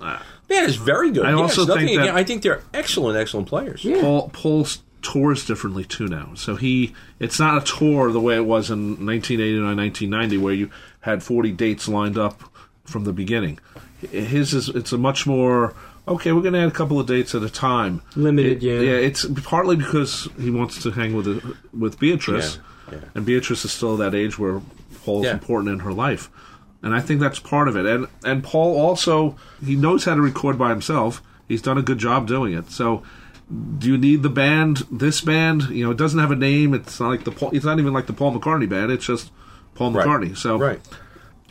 [SPEAKER 4] That is very good.
[SPEAKER 2] I
[SPEAKER 4] Yes,
[SPEAKER 2] also
[SPEAKER 4] nothing
[SPEAKER 2] think that-
[SPEAKER 4] again- I think they're excellent, excellent players.
[SPEAKER 3] Yeah.
[SPEAKER 2] Paul Paul tours differently too now. So he it's not a tour the way it was in 1989, 1990, where you had 40 dates lined up from the beginning. His is it's a much more okay. We're going to add a couple of dates at a time.
[SPEAKER 3] Limited,
[SPEAKER 2] It-
[SPEAKER 3] yeah.
[SPEAKER 2] Yeah, it's partly because he wants to hang with with Beatrice,
[SPEAKER 4] Yeah, yeah.
[SPEAKER 2] and Beatrice is still that age where Paul's
[SPEAKER 4] Yeah.
[SPEAKER 2] important in her life. And I think that's part of it. And and Paul also he knows how to record by himself. He's done a good job doing it. So do you need the band? This band, you know, it doesn't have a name. It's not like the Paul. It's not even like the Paul McCartney band. It's just Paul
[SPEAKER 4] Right.
[SPEAKER 2] McCartney. So
[SPEAKER 4] Right.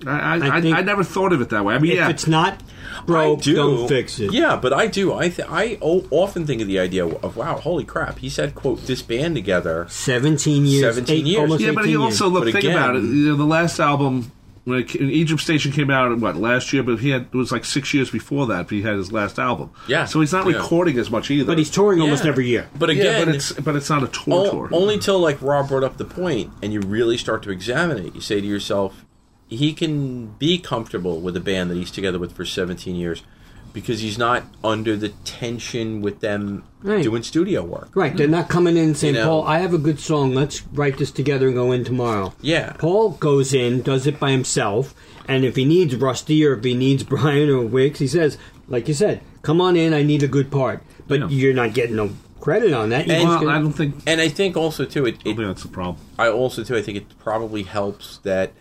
[SPEAKER 2] I I, I,
[SPEAKER 3] think-
[SPEAKER 2] I never thought of it that way. I mean,
[SPEAKER 3] If
[SPEAKER 2] yeah,
[SPEAKER 3] it's not broke,
[SPEAKER 4] I do.
[SPEAKER 3] don't fix it.
[SPEAKER 4] Yeah, but I do. I th- I o- often think of the idea of wow, holy crap! He said, "quote this band together."
[SPEAKER 3] 17 years.
[SPEAKER 4] 17
[SPEAKER 3] eight-
[SPEAKER 4] years.
[SPEAKER 3] Almost
[SPEAKER 2] yeah, but
[SPEAKER 3] 18
[SPEAKER 2] he
[SPEAKER 3] years.
[SPEAKER 2] also look.
[SPEAKER 4] But
[SPEAKER 2] think
[SPEAKER 4] again-
[SPEAKER 2] about it. You know, the last album, like Egypt Station, came out what last year, but he had it was like six years before that. But he had his last album.
[SPEAKER 4] Yeah.
[SPEAKER 2] so he's not
[SPEAKER 4] Yeah.
[SPEAKER 2] recording as much either.
[SPEAKER 3] But he's touring almost
[SPEAKER 4] Yeah.
[SPEAKER 3] every year.
[SPEAKER 4] But
[SPEAKER 2] yeah,
[SPEAKER 4] again,
[SPEAKER 2] but it's but it's not a tour
[SPEAKER 4] o-
[SPEAKER 2] tour.
[SPEAKER 4] only till like Rob brought up the point, and you really start to examine it. You say to yourself, he can be comfortable with a band that he's together with for 17 years because he's not under the tension with them
[SPEAKER 3] Right.
[SPEAKER 4] doing studio work.
[SPEAKER 3] Right, they're not coming in saying,
[SPEAKER 4] You know.
[SPEAKER 3] Paul, I have a good song. Let's write this together and go in tomorrow.
[SPEAKER 4] Yeah.
[SPEAKER 3] Paul goes in, does it by himself, and if he needs Rusty or if he needs [laughs] Brian or Wicks, he says, like you said, come on in, I need a good part. But
[SPEAKER 2] Yeah.
[SPEAKER 3] you're not getting a credit on that. You
[SPEAKER 4] And-
[SPEAKER 3] just get-
[SPEAKER 2] think.
[SPEAKER 4] And I think also too, it, it
[SPEAKER 2] that's the problem.
[SPEAKER 4] I also too, I think it probably helps that,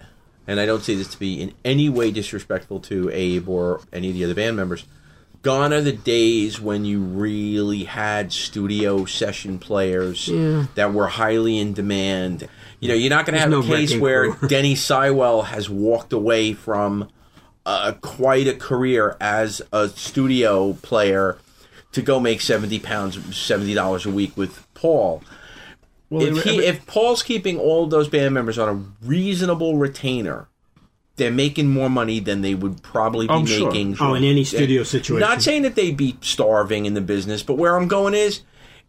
[SPEAKER 4] and I don't say this to be in any way disrespectful to Abe or any of the other band members. Gone are the days when you really had studio session players
[SPEAKER 3] Yeah.
[SPEAKER 4] that were highly in demand. You know, you're not going
[SPEAKER 3] There's
[SPEAKER 4] to have
[SPEAKER 3] no
[SPEAKER 4] a case
[SPEAKER 3] wrecking
[SPEAKER 4] where
[SPEAKER 3] crew. [laughs]
[SPEAKER 4] Denny Sywell has walked away from uh, quite a career as a studio player to go make seventy pounds, seventy dollars a week with Paul.
[SPEAKER 2] Well,
[SPEAKER 4] if,
[SPEAKER 2] they-
[SPEAKER 4] he, if Paul's keeping all of those band members on a reasonable retainer, they're making more money than they would probably be
[SPEAKER 3] Oh, sure.
[SPEAKER 4] making.
[SPEAKER 3] Oh, in any studio situation.
[SPEAKER 4] Not saying that they'd be starving in the business, but where I'm going is,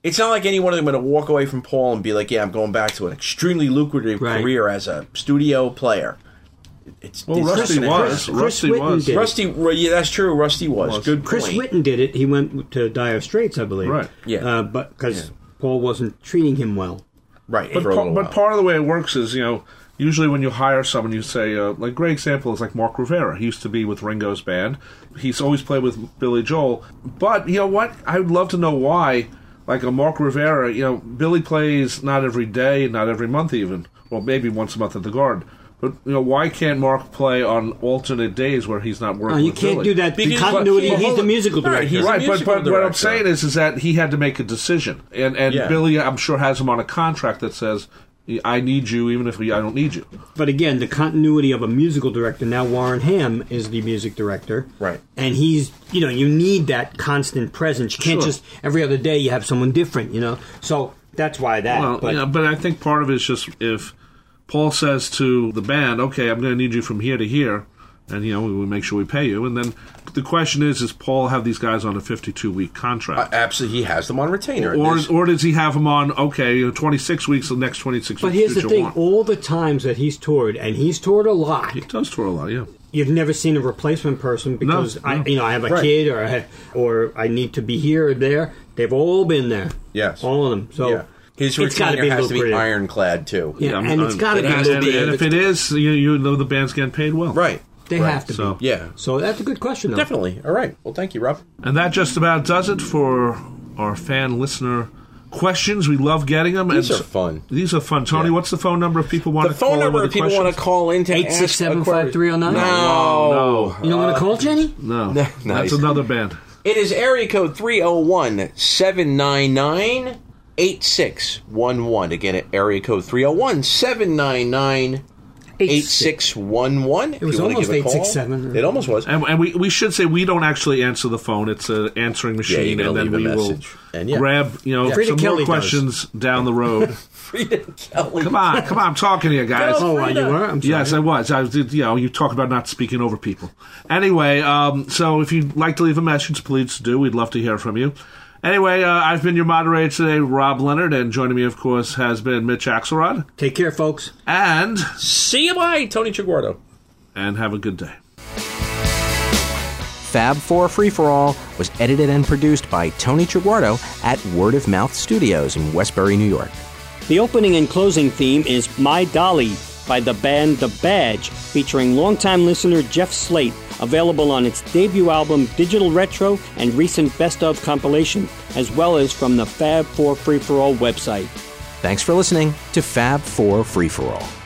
[SPEAKER 4] it's not like any one of them going to walk away from Paul and be like, "Yeah, I'm going back to an extremely lucrative
[SPEAKER 3] Right.
[SPEAKER 4] career as a studio player." It's,
[SPEAKER 2] Well,
[SPEAKER 4] it's not
[SPEAKER 2] Rusty
[SPEAKER 4] gonna
[SPEAKER 2] was.
[SPEAKER 4] happen.
[SPEAKER 2] Rusty Chris Whitten was. did it.
[SPEAKER 4] Rusty, well, yeah, that's true. Rusty was. Good
[SPEAKER 3] Chris
[SPEAKER 4] point.
[SPEAKER 3] Whitten did it. He went to Dire Straits, I believe.
[SPEAKER 2] Right.
[SPEAKER 4] Yeah.
[SPEAKER 3] Uh, but because
[SPEAKER 2] Yeah.
[SPEAKER 3] Paul wasn't treating him well.
[SPEAKER 4] Right.
[SPEAKER 2] But, par- but part of the way it works is, you know, usually when you hire someone, you say, uh, like, great example is like Mark Rivera. He used to be with Ringo's band. He's always played with Billy Joel. But, you know what? I would love to know why, like, a Mark Rivera, you know, Billy plays not every day, not every month even. Well, maybe once a month at the Garden. But, you know, why can't Mark play on alternate days where he's not working
[SPEAKER 3] Oh, you
[SPEAKER 2] with
[SPEAKER 3] can't
[SPEAKER 2] Billy?
[SPEAKER 3] do that. The Because- continuity- he's the musical Right, director. he's the
[SPEAKER 2] Right, but,
[SPEAKER 3] musical
[SPEAKER 2] but what I'm
[SPEAKER 3] director.
[SPEAKER 2] saying is, is that he had to make a decision. And, and
[SPEAKER 3] Yeah.
[SPEAKER 2] Billy, I'm sure, has him on a contract that says, I need you even if we- I don't need you.
[SPEAKER 3] But again, the continuity of a musical director. Now Warren Ham is the music director. Right. And he's, you know, you need that constant presence. You can't
[SPEAKER 2] Sure.
[SPEAKER 3] just every other day you have someone different, you know. So that's why that.
[SPEAKER 2] Well,
[SPEAKER 3] but
[SPEAKER 2] yeah, but I think part of it is just if Paul says to the band, "Okay, I'm going to need you from here to here," and you know we, we make sure we pay you, and then the question is, is Paul have these guys on a 52 week contract?
[SPEAKER 4] uh, absolutely, he has them on retainer.
[SPEAKER 2] or
[SPEAKER 4] There's-
[SPEAKER 2] or does he have them on okay, you know, 26 weeks, the next 26
[SPEAKER 3] But
[SPEAKER 2] weeks?
[SPEAKER 3] here's
[SPEAKER 2] do
[SPEAKER 3] the
[SPEAKER 2] what
[SPEAKER 3] thing:
[SPEAKER 2] you want?
[SPEAKER 3] all the times that he's toured, and he's toured a lot. He
[SPEAKER 2] does tour a lot, yeah.
[SPEAKER 3] You've never seen a replacement person because I,
[SPEAKER 2] no.
[SPEAKER 3] you know, I have a
[SPEAKER 2] Right.
[SPEAKER 3] kid, or I have, or I need to be here or there. They've all been there.
[SPEAKER 4] Yes,
[SPEAKER 3] all of them. So
[SPEAKER 4] Yeah. His
[SPEAKER 3] it's got to
[SPEAKER 4] retainer
[SPEAKER 3] be
[SPEAKER 4] has to be
[SPEAKER 3] lucrative.
[SPEAKER 4] ironclad too.
[SPEAKER 3] Yeah, Yeah, and I'm- it's gotta
[SPEAKER 4] It
[SPEAKER 3] be
[SPEAKER 4] has
[SPEAKER 2] And, and if it is, you, you know the band's getting paid well,
[SPEAKER 4] right?
[SPEAKER 3] They have to
[SPEAKER 2] so.
[SPEAKER 3] be.
[SPEAKER 4] Yeah.
[SPEAKER 3] So that's a good question. Though.
[SPEAKER 4] Definitely. All right. Well, thank you, Rob.
[SPEAKER 2] And that just about does it for our fan listener questions. We love getting them.
[SPEAKER 4] These
[SPEAKER 2] and
[SPEAKER 4] are fun.
[SPEAKER 2] These are fun. Tony, what's the phone number if people want
[SPEAKER 4] The
[SPEAKER 2] to
[SPEAKER 4] phone
[SPEAKER 2] call in
[SPEAKER 4] number
[SPEAKER 2] with
[SPEAKER 4] if people
[SPEAKER 2] questions?
[SPEAKER 4] want to call in to
[SPEAKER 3] Eight six seven five three zero nine.
[SPEAKER 4] No.
[SPEAKER 3] You don't want to call Jenny?
[SPEAKER 2] No.
[SPEAKER 4] [laughs] Nice.
[SPEAKER 2] That's another band.
[SPEAKER 4] It is area code 301 799 8611. Again, area code 301 799 8611.
[SPEAKER 2] It was almost 867.
[SPEAKER 4] It almost was. [laughs]
[SPEAKER 2] And, and we, we should say we don't actually answer the phone. It's an answering machine,
[SPEAKER 4] gotta
[SPEAKER 2] and then we
[SPEAKER 4] leave a
[SPEAKER 2] will
[SPEAKER 4] message. And yeah.
[SPEAKER 2] grab you know
[SPEAKER 4] Yeah.
[SPEAKER 2] some
[SPEAKER 4] Frida Kelly
[SPEAKER 2] more
[SPEAKER 4] does.
[SPEAKER 2] questions down the
[SPEAKER 4] [laughs]
[SPEAKER 2] road. Come on, come on! I'm talking to you guys.
[SPEAKER 4] Hello, Oh, uh, Frida. you were? I'm sorry.
[SPEAKER 2] Yes, I was. I was. You know, you talk about not speaking over people. Anyway, um, so if you'd like to leave a message, please do. We'd love to hear from you. Anyway, uh, I've been your moderator today, Rob Leonard, and joining me, of course, has been Mitch Axelrod.
[SPEAKER 3] Take care, folks,
[SPEAKER 2] and
[SPEAKER 4] see you bye, Tony Chiguardo,
[SPEAKER 2] and have a good day.
[SPEAKER 12] Fab4 Free For All was edited and produced by Tony Triguardo at Word of Mouth Studios in Westbury, New York.
[SPEAKER 13] The opening and closing theme is My Dolly by the band The Badge, featuring longtime listener Jeff Slate, available on its debut album Digital Retro and recent Best of compilation, as well as from the Fab 4 Free For All website.
[SPEAKER 12] Thanks for listening to Fab4 Free For All.